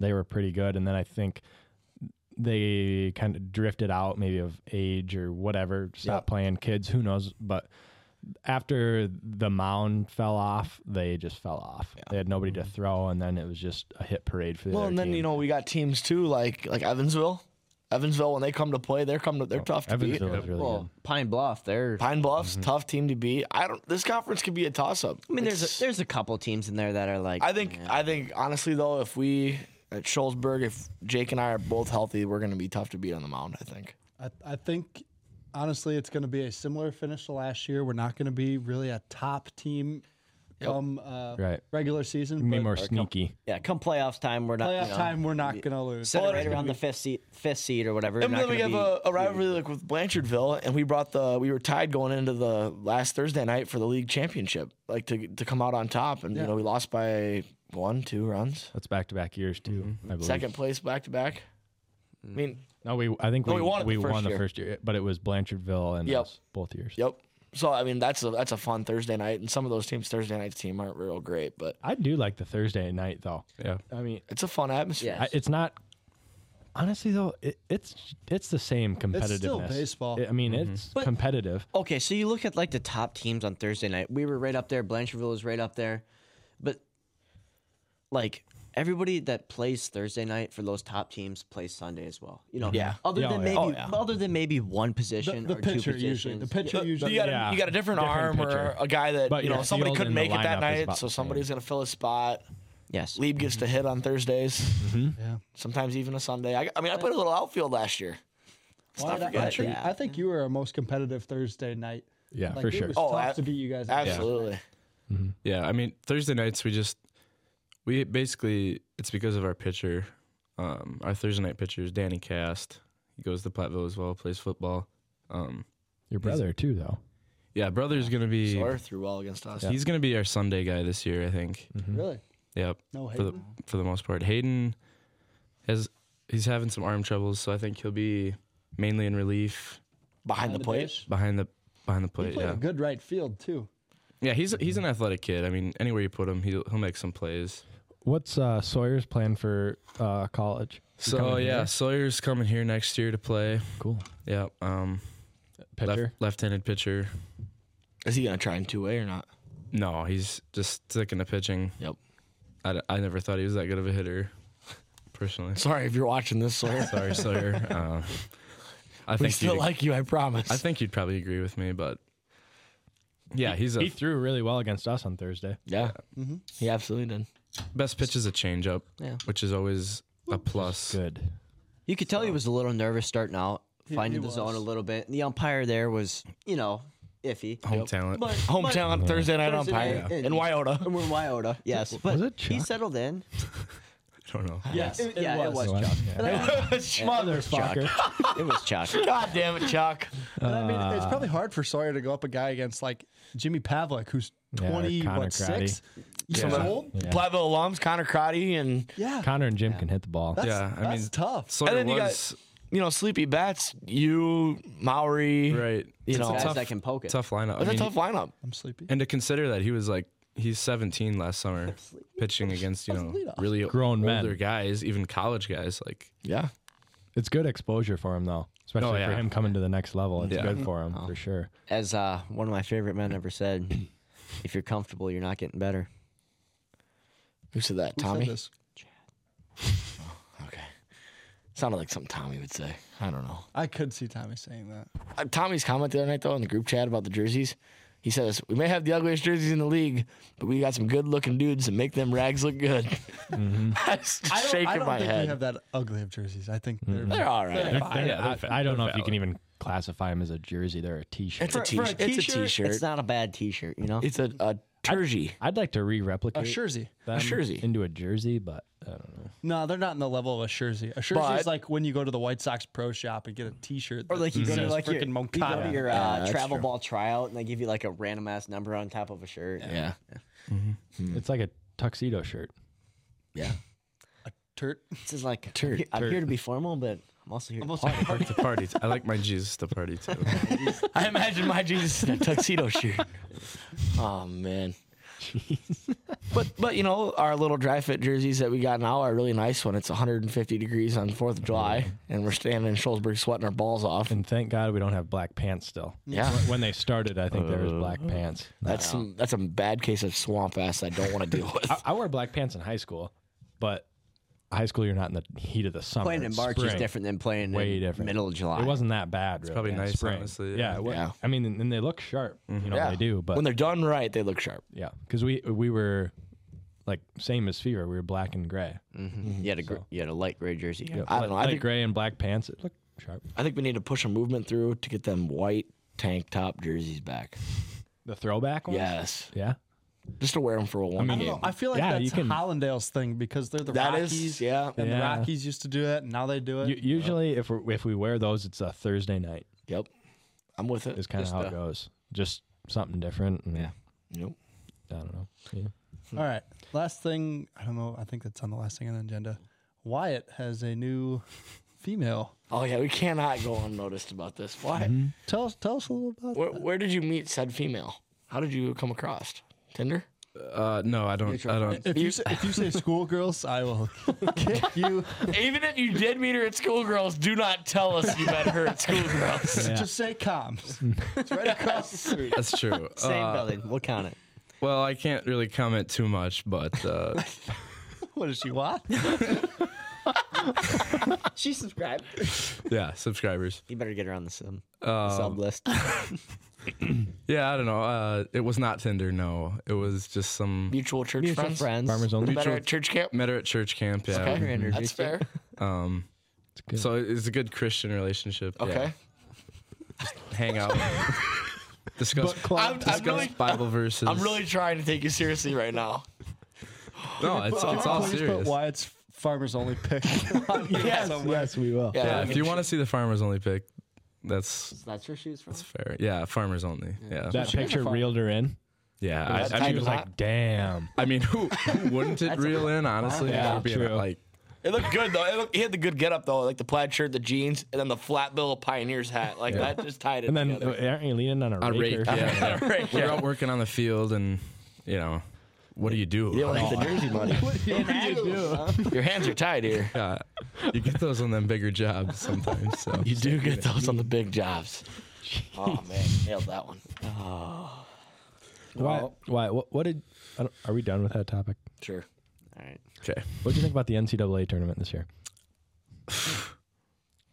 [SPEAKER 2] They were pretty good, and then I think they kind of drifted out, maybe of age or whatever. Stopped playing kids. Who knows? But after the mound fell off, they just fell off. They had nobody to throw, and then it was just a hit parade for the
[SPEAKER 1] Mm-hmm. well,
[SPEAKER 2] other
[SPEAKER 1] and then
[SPEAKER 2] team.
[SPEAKER 1] you know we got teams too, like like Evansville. Evansville, when they come to play, they're come to they're tough to beat.
[SPEAKER 2] Evansville was really
[SPEAKER 3] Well, Pine Bluff, they're.
[SPEAKER 1] Pine Bluff's tough team to beat. I don't. This conference could be a toss up.
[SPEAKER 3] I mean, there's a, there's a couple teams in there that are like.
[SPEAKER 1] I think I think honestly though, if we at Schulzberg, if Jake and I are both healthy, we're going to be tough to beat on the mound. I think.
[SPEAKER 4] I, I think honestly, it's going to be a similar finish to last year. We're not going to be really a top team come uh,
[SPEAKER 2] good. right.
[SPEAKER 4] regular season.
[SPEAKER 2] Be
[SPEAKER 4] but
[SPEAKER 2] more sneaky.
[SPEAKER 3] yeah, come playoffs time, we're not.
[SPEAKER 4] playoff
[SPEAKER 3] you know,
[SPEAKER 4] time, we're not going to lose.
[SPEAKER 3] Set it right around the fifth seat, fifth seat or whatever.
[SPEAKER 1] And
[SPEAKER 3] you're
[SPEAKER 1] then
[SPEAKER 3] not
[SPEAKER 1] we have
[SPEAKER 3] gonna
[SPEAKER 1] a,
[SPEAKER 3] be-
[SPEAKER 1] a rivalry like with Blanchardville, and we brought the we were tied going into the last Thursday night for the league championship, like to to come out on top, and you know we lost by one, two runs,
[SPEAKER 2] That's back to back years too. I believe.
[SPEAKER 1] Mm-hmm. second place back to back. I mean,
[SPEAKER 2] No, we. I think
[SPEAKER 1] No,
[SPEAKER 2] we,
[SPEAKER 1] we won it the first
[SPEAKER 2] won the
[SPEAKER 1] year.
[SPEAKER 2] first year, but it was Blanchardville and
[SPEAKER 1] Yep.
[SPEAKER 2] us both years.
[SPEAKER 1] yep. So I mean that's a that's a fun Thursday night, and some of those teams Thursday night team aren't real great, but
[SPEAKER 2] I do like the Thursday night though.
[SPEAKER 5] Yeah.
[SPEAKER 2] I mean,
[SPEAKER 1] it's a fun atmosphere.
[SPEAKER 3] Yeah.
[SPEAKER 2] I, it's not. Honestly though, it, it's it's the same competitiveness.
[SPEAKER 4] still baseball.
[SPEAKER 2] I mean,
[SPEAKER 5] Mm-hmm.
[SPEAKER 2] it's competitive.
[SPEAKER 3] Okay, so you look at like the top teams on Thursday night. We were right up there. Blanchardville was right up there, but like everybody that plays Thursday night for those top teams plays Sunday as well. You know,
[SPEAKER 1] Yeah.
[SPEAKER 3] Other
[SPEAKER 2] Yeah,
[SPEAKER 3] than
[SPEAKER 2] oh,
[SPEAKER 3] maybe,
[SPEAKER 2] yeah.
[SPEAKER 3] other than maybe one position
[SPEAKER 4] the
[SPEAKER 3] or two
[SPEAKER 4] pitcher
[SPEAKER 3] positions.
[SPEAKER 4] usually. The pitcher
[SPEAKER 1] You
[SPEAKER 4] usually.
[SPEAKER 1] got, a,
[SPEAKER 2] Yeah.
[SPEAKER 1] you got a different,
[SPEAKER 2] Different
[SPEAKER 1] arm or
[SPEAKER 2] pitcher.
[SPEAKER 1] a guy that
[SPEAKER 2] But
[SPEAKER 1] you know
[SPEAKER 2] your
[SPEAKER 1] somebody
[SPEAKER 2] field
[SPEAKER 1] couldn't
[SPEAKER 2] and the
[SPEAKER 1] make it that
[SPEAKER 2] lineup is
[SPEAKER 1] night,
[SPEAKER 2] about
[SPEAKER 1] so
[SPEAKER 2] the same. Mm-hmm.
[SPEAKER 1] somebody's gonna fill a spot.
[SPEAKER 3] Yes.
[SPEAKER 1] Lieb gets to hit on Thursdays. Sometimes even a Sunday. I, I mean, I played a little outfield last year. Let's
[SPEAKER 4] Well,
[SPEAKER 1] not
[SPEAKER 4] I- I,
[SPEAKER 1] forget.
[SPEAKER 4] think,
[SPEAKER 3] that.
[SPEAKER 4] I think you were our most competitive Thursday night.
[SPEAKER 2] Yeah,
[SPEAKER 4] Like,
[SPEAKER 2] for
[SPEAKER 4] it
[SPEAKER 2] sure.
[SPEAKER 4] was
[SPEAKER 1] Oh,
[SPEAKER 4] tough
[SPEAKER 1] ab-
[SPEAKER 4] to beat you guys.
[SPEAKER 1] Absolutely.
[SPEAKER 5] Yeah, I mean Thursday nights we just we basically it's because of our pitcher. Um, our Thursday night pitcher is Danny Cast. He goes to Platteville as well, plays football. Um,
[SPEAKER 2] Your brother too though.
[SPEAKER 5] yeah, brother's gonna be
[SPEAKER 1] Sawyer threw well against us.
[SPEAKER 5] he's gonna be our Sunday guy this year, I think.
[SPEAKER 2] Mm-hmm.
[SPEAKER 4] Really?
[SPEAKER 5] Yep.
[SPEAKER 4] No hate.
[SPEAKER 5] for the for the most part. Hayden has he's having some arm troubles, so I think he'll be mainly in relief
[SPEAKER 1] Behind the plate.
[SPEAKER 5] behind the behind the
[SPEAKER 4] He
[SPEAKER 5] plate.
[SPEAKER 4] played
[SPEAKER 5] Yeah,
[SPEAKER 4] a good right field too.
[SPEAKER 5] yeah. He's he's an athletic kid. I mean, anywhere you put him, he'll he'll make some plays.
[SPEAKER 2] What's uh, Sawyer's plan for uh, college? You
[SPEAKER 5] So
[SPEAKER 2] coming
[SPEAKER 5] yeah,
[SPEAKER 2] here?
[SPEAKER 5] Sawyer's coming here next year to play.
[SPEAKER 2] cool.
[SPEAKER 5] Yeah, um,
[SPEAKER 2] Pitcher.
[SPEAKER 5] left handed pitcher.
[SPEAKER 1] Is he going to try in two way or not?
[SPEAKER 5] No, he's just sticking to pitching.
[SPEAKER 1] Yep.
[SPEAKER 5] I, d- I never thought he was that good of a hitter, personally.
[SPEAKER 1] Sorry if you're watching this, Sawyer.
[SPEAKER 5] Sorry, Sawyer. Um, I
[SPEAKER 1] we
[SPEAKER 5] think
[SPEAKER 1] still
[SPEAKER 5] you'd-
[SPEAKER 1] like you, I promise.
[SPEAKER 5] I think you'd probably agree with me, but yeah, he's a
[SPEAKER 2] He threw really well against us on Thursday.
[SPEAKER 1] yeah. He absolutely did.
[SPEAKER 5] Best pitch is a changeup,
[SPEAKER 3] Yeah.
[SPEAKER 5] which is always a plus.
[SPEAKER 2] Good.
[SPEAKER 3] You could tell he was a little nervous starting out,
[SPEAKER 4] He-
[SPEAKER 3] finding
[SPEAKER 4] he
[SPEAKER 3] the zone
[SPEAKER 4] was.
[SPEAKER 3] a little bit. And the umpire there was, you know, iffy.
[SPEAKER 5] Home talent.
[SPEAKER 3] But
[SPEAKER 4] Oh
[SPEAKER 1] Hometown Thursday night
[SPEAKER 3] Thursday
[SPEAKER 1] umpire
[SPEAKER 3] night, yeah.
[SPEAKER 1] in Wyota.
[SPEAKER 3] But, we're in Wyota, yes. But
[SPEAKER 2] it
[SPEAKER 3] he
[SPEAKER 2] Chuck?
[SPEAKER 3] settled in.
[SPEAKER 5] I don't know.
[SPEAKER 4] Yes,
[SPEAKER 3] It- yeah, it was
[SPEAKER 2] What?
[SPEAKER 3] Chuck.
[SPEAKER 2] Yeah.
[SPEAKER 3] Motherfucker. It was Chuck.
[SPEAKER 1] God damn it, Chuck.
[SPEAKER 4] And I mean, it's probably hard for Sawyer to go up a guy against like Jimmy Pavlik, who's
[SPEAKER 2] Yeah,
[SPEAKER 4] twenty
[SPEAKER 2] Connor
[SPEAKER 4] what six years
[SPEAKER 1] Yeah.
[SPEAKER 4] old.
[SPEAKER 2] Yeah.
[SPEAKER 1] Platteville alums, Connor Crotty, and
[SPEAKER 4] Yeah,
[SPEAKER 2] Connor and Jim can hit the ball.
[SPEAKER 4] that's,
[SPEAKER 5] Yeah, I
[SPEAKER 4] that's
[SPEAKER 5] mean-
[SPEAKER 4] tough.
[SPEAKER 5] Sawyer
[SPEAKER 1] And then you
[SPEAKER 5] was
[SPEAKER 1] you know Sleepy Bats. You, Maori.
[SPEAKER 5] right.
[SPEAKER 1] You know,
[SPEAKER 3] Guys
[SPEAKER 5] tough-
[SPEAKER 3] that can poke it.
[SPEAKER 5] Tough lineup. I
[SPEAKER 1] It's a
[SPEAKER 5] mean,
[SPEAKER 1] tough lineup.
[SPEAKER 4] I'm sleepy.
[SPEAKER 5] and to consider that he was like he's 17 last summer, pitching against you know
[SPEAKER 4] leadoff.
[SPEAKER 5] really
[SPEAKER 2] Grown men.
[SPEAKER 5] older guys, even college guys. Like
[SPEAKER 1] Yeah.
[SPEAKER 2] It's good exposure for him though, especially
[SPEAKER 5] Oh, yeah.
[SPEAKER 2] for him coming to the next level. It's
[SPEAKER 5] Yeah. Oh.
[SPEAKER 2] good for him for sure.
[SPEAKER 3] As uh, one of my favorite men ever said, if you're comfortable, you're not getting better.
[SPEAKER 1] Who said that?
[SPEAKER 4] Who said
[SPEAKER 1] Tommy.
[SPEAKER 4] this?
[SPEAKER 1] Okay. Sounded like something Tommy would say. I don't know.
[SPEAKER 4] I could see Tommy saying that.
[SPEAKER 1] Uh, Tommy's comment the other night, though, in the group chat about the jerseys, he says, We may have the ugliest jerseys in the league, but we got some good looking dudes and make them rags look good. I was
[SPEAKER 4] I don't,
[SPEAKER 1] shaking
[SPEAKER 4] I don't
[SPEAKER 1] my
[SPEAKER 4] think
[SPEAKER 1] head.
[SPEAKER 4] we have that ugly of jerseys. I think they're,
[SPEAKER 1] They're all right.
[SPEAKER 2] They're-
[SPEAKER 5] yeah,
[SPEAKER 2] I,
[SPEAKER 5] they're fa-
[SPEAKER 2] I don't know
[SPEAKER 5] they're
[SPEAKER 2] if you can even classify them as a jersey. They're a T-shirt.
[SPEAKER 1] It's a, t-
[SPEAKER 4] for a
[SPEAKER 1] it's a
[SPEAKER 4] t-shirt,
[SPEAKER 1] t shirt.
[SPEAKER 3] It's not a bad T-shirt, you know.
[SPEAKER 1] It's a, a jersey.
[SPEAKER 2] I'd like to
[SPEAKER 4] a
[SPEAKER 2] re-replicate
[SPEAKER 4] jersey.
[SPEAKER 2] them
[SPEAKER 1] jersey.
[SPEAKER 2] into a jersey, but I don't know.
[SPEAKER 4] No, they're not in the level of a jersey. A jersey
[SPEAKER 1] But-
[SPEAKER 4] is like when you go to the White Sox pro shop and get a T-shirt,
[SPEAKER 3] or like you go to
[SPEAKER 4] says
[SPEAKER 3] like your,
[SPEAKER 4] frickin'
[SPEAKER 3] you go to
[SPEAKER 4] Moncada.
[SPEAKER 3] your uh,
[SPEAKER 1] Yeah, that's
[SPEAKER 3] travel
[SPEAKER 1] true.
[SPEAKER 3] ball tryout, and they give you like a random ass number on top of a shirt.
[SPEAKER 1] Yeah.
[SPEAKER 2] It's like a tuxedo shirt.
[SPEAKER 1] Yeah.
[SPEAKER 4] Turt.
[SPEAKER 3] This is like I'm here to be formal, but I'm also here. to party.
[SPEAKER 5] to party. T- I like my Jesus to party too.
[SPEAKER 1] I imagine my Jesus in a tuxedo shirt. Oh man. but but you know our little dry fit jerseys that we got now are really nice when it's 150 degrees on Fourth of July and we're standing in Shoalsburg sweating our balls off.
[SPEAKER 2] And thank God we don't have black pants still.
[SPEAKER 1] Yeah.
[SPEAKER 2] When they started, I think there was black pants.
[SPEAKER 1] That's some, that's a bad case of swamp ass I don't want to deal with.
[SPEAKER 2] I, I wore black pants in high school, but high school you're not in the heat of the summer.
[SPEAKER 3] Playing in
[SPEAKER 2] It's
[SPEAKER 3] March is
[SPEAKER 2] spring.
[SPEAKER 3] different than playing
[SPEAKER 2] Way
[SPEAKER 3] in
[SPEAKER 2] different.
[SPEAKER 3] middle of July.
[SPEAKER 2] It wasn't that bad. Really.
[SPEAKER 5] probably
[SPEAKER 2] in
[SPEAKER 5] nice,
[SPEAKER 2] spring.
[SPEAKER 5] honestly,
[SPEAKER 2] Yeah.
[SPEAKER 5] yeah.
[SPEAKER 2] it wa-
[SPEAKER 1] Yeah.
[SPEAKER 2] I mean, and, and they look sharp. You know
[SPEAKER 1] Yeah.
[SPEAKER 2] they do, but
[SPEAKER 1] when they're done right, they look sharp.
[SPEAKER 2] yeah, because we we were like same as fever. We were black and gray.
[SPEAKER 3] You had a gr- you had a light gray jersey.
[SPEAKER 2] Yeah,
[SPEAKER 1] I don't know, I
[SPEAKER 2] Light
[SPEAKER 1] think-
[SPEAKER 2] gray and black pants. It looked sharp.
[SPEAKER 1] I think we need to push a movement through to get them white tank top jerseys back.
[SPEAKER 2] The throwback one.
[SPEAKER 1] Yes,
[SPEAKER 2] Yeah.
[SPEAKER 1] just to wear them for a one
[SPEAKER 4] I don't
[SPEAKER 1] game.
[SPEAKER 4] know. I feel like
[SPEAKER 2] Yeah,
[SPEAKER 4] that's
[SPEAKER 2] you can-
[SPEAKER 4] Hollandale's thing because they're the
[SPEAKER 1] That is,
[SPEAKER 4] Rockies.
[SPEAKER 1] yeah.
[SPEAKER 4] And the
[SPEAKER 2] Yeah.
[SPEAKER 4] Rockies used to do that, and now they do it.
[SPEAKER 2] U- usually, if we if we wear those, it's a Thursday night.
[SPEAKER 1] yep, I'm with it.
[SPEAKER 2] Is kind of
[SPEAKER 1] Just,
[SPEAKER 2] how
[SPEAKER 1] uh,
[SPEAKER 2] it goes. Just something different. And, yeah.
[SPEAKER 1] Nope.
[SPEAKER 2] I don't know. Yeah.
[SPEAKER 4] All right. Last thing. I don't know. I think that's on the last thing on the agenda. Wyatt has a new female.
[SPEAKER 1] Oh yeah, we cannot go unnoticed about this. Why?
[SPEAKER 5] Mm-hmm.
[SPEAKER 2] Hmm?
[SPEAKER 4] Tell us. Tell us a little about.
[SPEAKER 1] Where, where did you meet said female? How did you come across Tinder?
[SPEAKER 5] Uh, no, I don't. I don't.
[SPEAKER 4] If you say, if you say schoolgirls, I will kick you.
[SPEAKER 1] Even if you did meet her at schoolgirls, do not tell us you met her at schoolgirls.
[SPEAKER 4] Just say
[SPEAKER 2] Hmm.
[SPEAKER 4] comms. It's right across the street.
[SPEAKER 5] That's true.
[SPEAKER 3] Same
[SPEAKER 5] Uh,
[SPEAKER 3] building. We'll count it.
[SPEAKER 5] well, I can't really comment too much, but uh,
[SPEAKER 4] What is she? What?
[SPEAKER 3] She subscribed.
[SPEAKER 5] yeah, subscribers.
[SPEAKER 3] You better get her on the sub, the sub list.
[SPEAKER 5] Yeah, I don't know. Uh, it was not Tinder. No, it was just some
[SPEAKER 1] Mutual church
[SPEAKER 3] Mutual
[SPEAKER 1] friends.
[SPEAKER 3] friends.
[SPEAKER 2] Farmers only.
[SPEAKER 1] Met her
[SPEAKER 5] Mutual-
[SPEAKER 1] at church camp.
[SPEAKER 5] met her at church camp. Yeah,
[SPEAKER 1] Okay,
[SPEAKER 3] introduced
[SPEAKER 1] that's
[SPEAKER 3] you.
[SPEAKER 1] fair.
[SPEAKER 5] Um,
[SPEAKER 2] good.
[SPEAKER 5] so it's a good Christian relationship. yeah.
[SPEAKER 1] Okay,
[SPEAKER 5] hang out, discuss,
[SPEAKER 1] I'm, I'm
[SPEAKER 5] discuss
[SPEAKER 1] really,
[SPEAKER 5] Bible verses.
[SPEAKER 1] I'm really trying to take you seriously right now.
[SPEAKER 5] no, it's, it's all
[SPEAKER 4] Please put
[SPEAKER 5] serious.
[SPEAKER 4] Wyatt's farmers only pick. yes.
[SPEAKER 2] Yes, we will.
[SPEAKER 1] Yeah,
[SPEAKER 5] Yeah,
[SPEAKER 1] I
[SPEAKER 5] if
[SPEAKER 1] mean,
[SPEAKER 5] you want to see the farmers only pick, that's
[SPEAKER 3] That's where she was from.
[SPEAKER 5] fair. Yeah, farmers only. Yeah,
[SPEAKER 2] That picture reeled her in.
[SPEAKER 5] yeah. I, I
[SPEAKER 1] type
[SPEAKER 5] mean,
[SPEAKER 1] of
[SPEAKER 5] like,
[SPEAKER 1] hot.
[SPEAKER 2] damn.
[SPEAKER 5] I mean, who, who wouldn't it reel in? Honestly,
[SPEAKER 2] Yeah,
[SPEAKER 5] That would be,
[SPEAKER 2] true.
[SPEAKER 5] Like,
[SPEAKER 1] It looked good though. It looked, he had the good getup though, like the plaid shirt, the jeans, and then the flat bill pioneer's hat. Like that just tied it.
[SPEAKER 2] And then
[SPEAKER 1] together.
[SPEAKER 2] uh, aren't you leaning on a,
[SPEAKER 5] a
[SPEAKER 2] raker?
[SPEAKER 5] rake. Yeah, we're out working on the field, and you know, what do you do?
[SPEAKER 1] you don't like the jersey money. Oh. Your hands are tied here.
[SPEAKER 5] Yeah, you get those on them bigger jobs sometimes. So
[SPEAKER 1] You do get those on the big jobs. Oh man, nailed that one.
[SPEAKER 2] Why? Why? What, what did? I don't, are we done with that topic?
[SPEAKER 1] Sure.
[SPEAKER 3] All right.
[SPEAKER 5] okay.
[SPEAKER 2] What do you think about the NCAA tournament this year?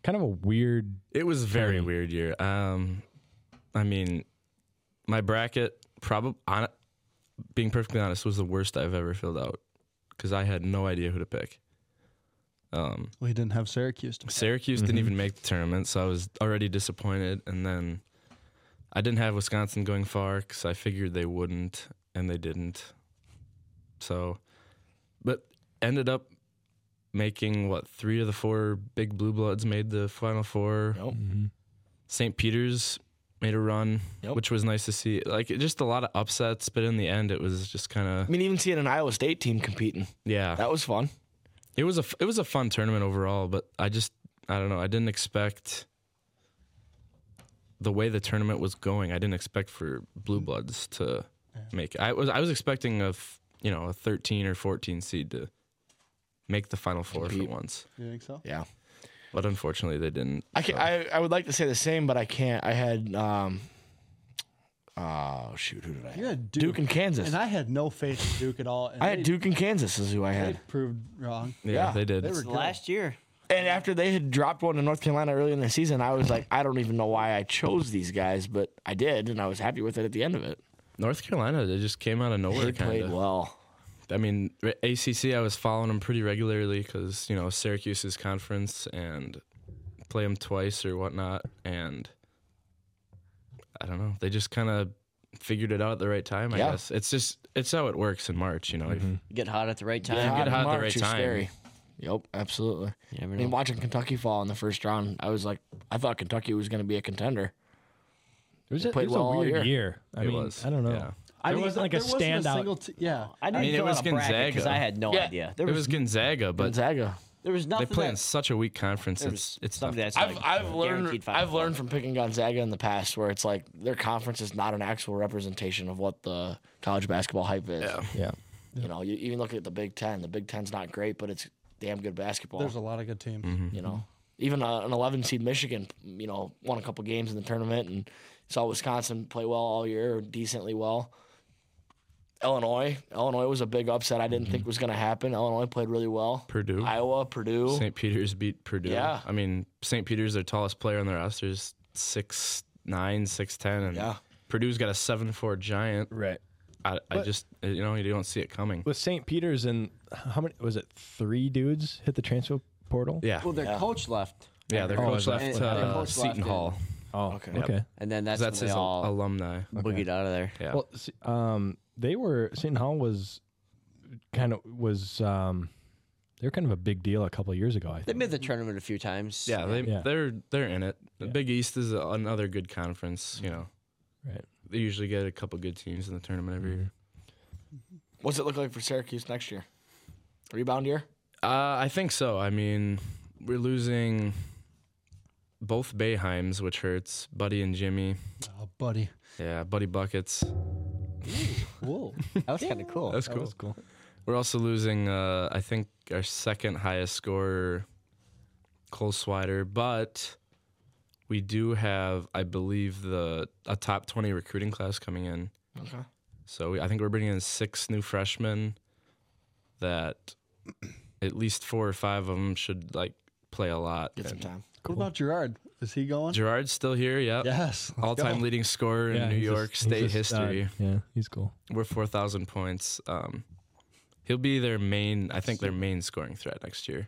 [SPEAKER 2] kind of a weird.
[SPEAKER 5] It was a very
[SPEAKER 2] Funny.
[SPEAKER 5] weird year. Um, I mean, my bracket probably, on, being perfectly honest, was the worst I've ever filled out because I had no idea who to pick. Um,
[SPEAKER 4] We didn't have Syracuse. To
[SPEAKER 5] Syracuse didn't even make the tournament, so I was already disappointed. And then I didn't have Wisconsin going far because I figured they wouldn't, and they didn't. So, but ended up making what three of the four big blue bloods made the final four.
[SPEAKER 1] Nope.
[SPEAKER 5] St. Peter's made a run,
[SPEAKER 1] Yep.
[SPEAKER 5] which was nice to see. Like it- just a lot of upsets, but in the end, it was just kind
[SPEAKER 1] I
[SPEAKER 5] of
[SPEAKER 1] mean, even seeing an Iowa State team competing,
[SPEAKER 5] yeah.
[SPEAKER 1] that was fun.
[SPEAKER 5] It was a f- it was a fun tournament overall, but I just I don't know. I didn't expect the way the tournament was going. I didn't expect for Blue Bloods to make. It. I was I was expecting a f- you know a thirteen or fourteen seed to make the final four for
[SPEAKER 1] Compete.
[SPEAKER 5] once,
[SPEAKER 4] You think so?
[SPEAKER 1] Yeah.
[SPEAKER 5] but unfortunately they didn't.
[SPEAKER 1] I, can, I I would like to say the same, but I can't. I had um. Oh shoot, who did I?
[SPEAKER 4] You
[SPEAKER 1] Have?
[SPEAKER 4] had Duke,
[SPEAKER 1] Duke and Kansas.
[SPEAKER 4] and
[SPEAKER 1] I,
[SPEAKER 4] I had no faith in Duke at all. And
[SPEAKER 1] had
[SPEAKER 4] they-
[SPEAKER 1] Duke and Kansas is who I
[SPEAKER 4] They
[SPEAKER 1] had.
[SPEAKER 4] proved wrong.
[SPEAKER 5] Yeah,
[SPEAKER 1] Yeah,
[SPEAKER 5] they did.
[SPEAKER 4] They were good.
[SPEAKER 3] Last year.
[SPEAKER 1] And after they had dropped one to North Carolina early in the season, I was like, I don't even know why I chose these guys, but I did, and I was happy with it at the end of it.
[SPEAKER 5] North Carolina, they just came out of nowhere.
[SPEAKER 1] They
[SPEAKER 5] kinda.
[SPEAKER 1] played well.
[SPEAKER 5] I mean, re- ACC, I was following them pretty regularly because, you know, Syracuse's conference and play them twice or whatnot. And I don't know. They just kind of figured it out at the right time, I
[SPEAKER 1] Yeah.
[SPEAKER 5] guess. It's just, it's how it works in March, you know. If-
[SPEAKER 3] You get hot at the right time.
[SPEAKER 5] Yeah. get
[SPEAKER 1] in
[SPEAKER 5] hot at the
[SPEAKER 1] March,
[SPEAKER 5] right
[SPEAKER 1] you're
[SPEAKER 5] time.
[SPEAKER 1] Scary. Yep, absolutely.
[SPEAKER 3] You never
[SPEAKER 1] I mean,
[SPEAKER 3] know.
[SPEAKER 1] watching Kentucky fall in the first round, I was like, I thought Kentucky was going to be a contender.
[SPEAKER 2] It was, a,
[SPEAKER 1] played
[SPEAKER 2] it was
[SPEAKER 1] well all
[SPEAKER 2] a
[SPEAKER 1] year.
[SPEAKER 2] weird year. I
[SPEAKER 5] It
[SPEAKER 2] mean,
[SPEAKER 5] was,
[SPEAKER 2] I don't know.
[SPEAKER 5] yeah.
[SPEAKER 3] I
[SPEAKER 2] There
[SPEAKER 3] mean,
[SPEAKER 2] wasn't like a
[SPEAKER 4] There wasn't
[SPEAKER 2] standout.
[SPEAKER 4] single t- yeah.
[SPEAKER 3] I didn't
[SPEAKER 5] mean, it
[SPEAKER 3] fill
[SPEAKER 5] was
[SPEAKER 3] out a bracket because
[SPEAKER 5] Gonzaga.
[SPEAKER 3] I had no
[SPEAKER 1] Yeah.
[SPEAKER 3] idea. There
[SPEAKER 5] it
[SPEAKER 3] was,
[SPEAKER 5] was Gonzaga, but
[SPEAKER 1] Gonzaga.
[SPEAKER 3] there was
[SPEAKER 5] they
[SPEAKER 3] nothing.
[SPEAKER 5] play in
[SPEAKER 3] that,
[SPEAKER 5] such a weak conference.
[SPEAKER 3] there
[SPEAKER 5] It's
[SPEAKER 3] was
[SPEAKER 5] it's tough.
[SPEAKER 3] somebody that's
[SPEAKER 1] I've,
[SPEAKER 3] like
[SPEAKER 1] I've learned
[SPEAKER 3] guaranteed five
[SPEAKER 1] I've learned from picking Gonzaga in the past where it's like their conference is not an actual representation of what the college basketball hype is.
[SPEAKER 5] Yeah.
[SPEAKER 2] yeah.
[SPEAKER 1] You know, you even look at the Big Ten. The Big Ten's not great, but it's damn good basketball.
[SPEAKER 4] There's a lot of good teams.
[SPEAKER 1] you know, even uh, an 11 seed Michigan, you know, won a couple games in the tournament and saw Wisconsin play well all year, decently well. Illinois, Illinois was a big upset. I didn't think was going to happen. Illinois played really well.
[SPEAKER 5] Purdue.
[SPEAKER 1] Iowa, Purdue.
[SPEAKER 5] St. Peter's beat Purdue.
[SPEAKER 1] Yeah.
[SPEAKER 5] I mean, St. Peter's their tallest player on their roster is six nine, six ten, and
[SPEAKER 1] Yeah.
[SPEAKER 5] Purdue's got a seven four giant.
[SPEAKER 2] Right.
[SPEAKER 5] I, I just you know you don't see it coming.
[SPEAKER 2] With St. Peter's and how many was it? Three dudes hit the transfer portal.
[SPEAKER 5] Yeah,
[SPEAKER 3] well, their coach left,
[SPEAKER 5] yeah. Their
[SPEAKER 2] Oh,
[SPEAKER 5] coach
[SPEAKER 2] is it?
[SPEAKER 5] left
[SPEAKER 3] Their
[SPEAKER 5] uh,
[SPEAKER 3] coach
[SPEAKER 5] Seton
[SPEAKER 3] left it.
[SPEAKER 5] Hall.
[SPEAKER 2] Oh,
[SPEAKER 1] Okay.
[SPEAKER 2] okay.
[SPEAKER 1] Yep.
[SPEAKER 2] Okay.
[SPEAKER 3] and then that's, Oh,
[SPEAKER 5] That's
[SPEAKER 3] when
[SPEAKER 5] his
[SPEAKER 3] they all
[SPEAKER 5] al- alumni.
[SPEAKER 3] boogied out of there.
[SPEAKER 5] Yeah.
[SPEAKER 2] Well, s- um, they were Seton Hall was kind of was um, they were kind of a big deal a couple of years ago. I
[SPEAKER 3] They
[SPEAKER 2] think.
[SPEAKER 3] made the tournament a few times.
[SPEAKER 5] yeah, they
[SPEAKER 2] Yeah.
[SPEAKER 5] they're they're in it. The Big East is a- another good conference. You know,
[SPEAKER 2] Right.
[SPEAKER 5] they usually get a couple good teams in the tournament every year.
[SPEAKER 1] What's it look like for Syracuse next year? Rebound year?
[SPEAKER 2] Mm-hmm.
[SPEAKER 5] Uh, I think so. I mean, we're losing both Bayheims, which hurts. Buddy and Jimmy.
[SPEAKER 4] Oh, buddy.
[SPEAKER 5] Yeah, Buddy buckets.
[SPEAKER 4] Whoa.
[SPEAKER 3] that was kind of cool.
[SPEAKER 5] That's cool.
[SPEAKER 2] cool.
[SPEAKER 5] We're also losing, uh, I think, our second highest scorer, Cole Swider, but we do have, I believe, the a top 20 recruiting class coming in.
[SPEAKER 1] Okay.
[SPEAKER 5] So we, I think we're bringing in six new freshmen that at least four or five of them should like play a lot.
[SPEAKER 1] Get some
[SPEAKER 5] And
[SPEAKER 1] time.
[SPEAKER 4] What about Gerard? Is he going?
[SPEAKER 5] Gerard's still here, yep.
[SPEAKER 4] yes. let's
[SPEAKER 5] All time
[SPEAKER 4] go.
[SPEAKER 5] leading scorer in
[SPEAKER 2] Yeah,
[SPEAKER 5] New
[SPEAKER 2] he's
[SPEAKER 5] York
[SPEAKER 2] just- he's
[SPEAKER 5] State
[SPEAKER 2] just, uh,
[SPEAKER 5] history.
[SPEAKER 2] yeah, he's cool.
[SPEAKER 5] we're four thousand points. Um, he'll be their main. I think their main scoring threat next year.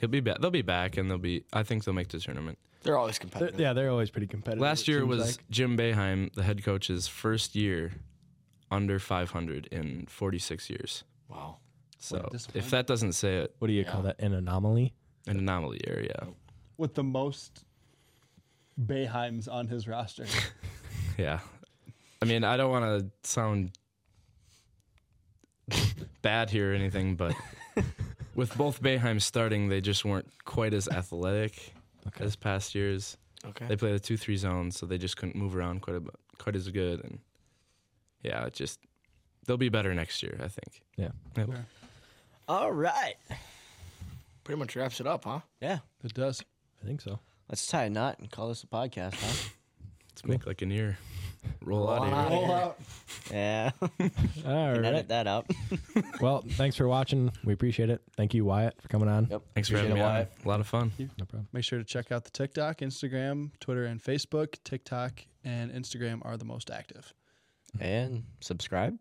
[SPEAKER 5] He'll be back. They'll be back, and they'll be. I think they'll make the tournament.
[SPEAKER 1] They're always competitive.
[SPEAKER 2] yeah, they're always pretty competitive.
[SPEAKER 5] Last
[SPEAKER 2] it
[SPEAKER 5] year
[SPEAKER 2] seems
[SPEAKER 5] was
[SPEAKER 2] like.
[SPEAKER 5] Jim Beheim, the head coach's first year under five hundred in forty six years.
[SPEAKER 1] Wow.
[SPEAKER 5] So if
[SPEAKER 4] disappointing.
[SPEAKER 5] that doesn't say it,
[SPEAKER 2] what do you call that? An anomaly?
[SPEAKER 5] an anomaly year, yeah,
[SPEAKER 4] With the most Bayheims on his roster.
[SPEAKER 5] yeah. I mean, I don't want to sound bad here or anything, but with both Beheim starting, they just weren't quite as athletic as past years.
[SPEAKER 1] Okay.
[SPEAKER 5] They play the two three zone, so they just couldn't move around quite a bu- quite as good. And yeah, it just they'll be better next year, I think.
[SPEAKER 2] Yeah.
[SPEAKER 5] Yep.
[SPEAKER 3] All right.
[SPEAKER 1] Pretty much wraps it up, huh?
[SPEAKER 3] Yeah.
[SPEAKER 4] it does.
[SPEAKER 2] I think so.
[SPEAKER 3] Let's tie a knot and call this a podcast, huh?
[SPEAKER 5] Let's make like an ear roll, out
[SPEAKER 1] on
[SPEAKER 5] of
[SPEAKER 1] out.
[SPEAKER 5] here.
[SPEAKER 4] Roll out.
[SPEAKER 3] yeah.
[SPEAKER 2] All right.
[SPEAKER 3] Edit that out.
[SPEAKER 2] Well, thanks for watching. We appreciate it. Thank you, Wyatt, for coming on.
[SPEAKER 3] Yep.
[SPEAKER 5] Thanks for
[SPEAKER 3] Appreciate
[SPEAKER 5] having me
[SPEAKER 3] it,
[SPEAKER 5] on.
[SPEAKER 3] Wyatt.
[SPEAKER 5] A lot of fun.
[SPEAKER 2] No problem.
[SPEAKER 4] Make sure to check out the TikTok, Instagram, Twitter, and Facebook. TikTok and Instagram are the most active.
[SPEAKER 3] And subscribe.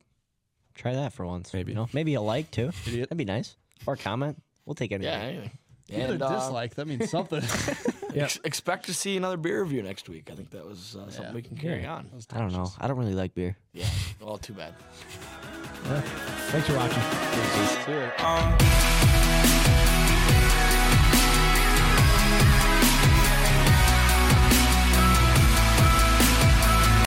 [SPEAKER 3] Try that for once.
[SPEAKER 5] Maybe.
[SPEAKER 3] You know, maybe a like too.
[SPEAKER 4] Idiot.
[SPEAKER 3] That'd be nice. Or comment. We'll take anything.
[SPEAKER 1] Yeah. Anyway.
[SPEAKER 4] Even
[SPEAKER 1] And
[SPEAKER 4] a
[SPEAKER 1] uh,
[SPEAKER 4] dislike, that means something.
[SPEAKER 1] ex- expect to see another beer review next week. I think that was uh, something
[SPEAKER 4] Yeah.
[SPEAKER 1] we can carry on.
[SPEAKER 3] I don't know. I don't really like beer.
[SPEAKER 1] Yeah. Well, too bad.
[SPEAKER 2] Thanks for watching.
[SPEAKER 4] Let's do it.
[SPEAKER 6] Um,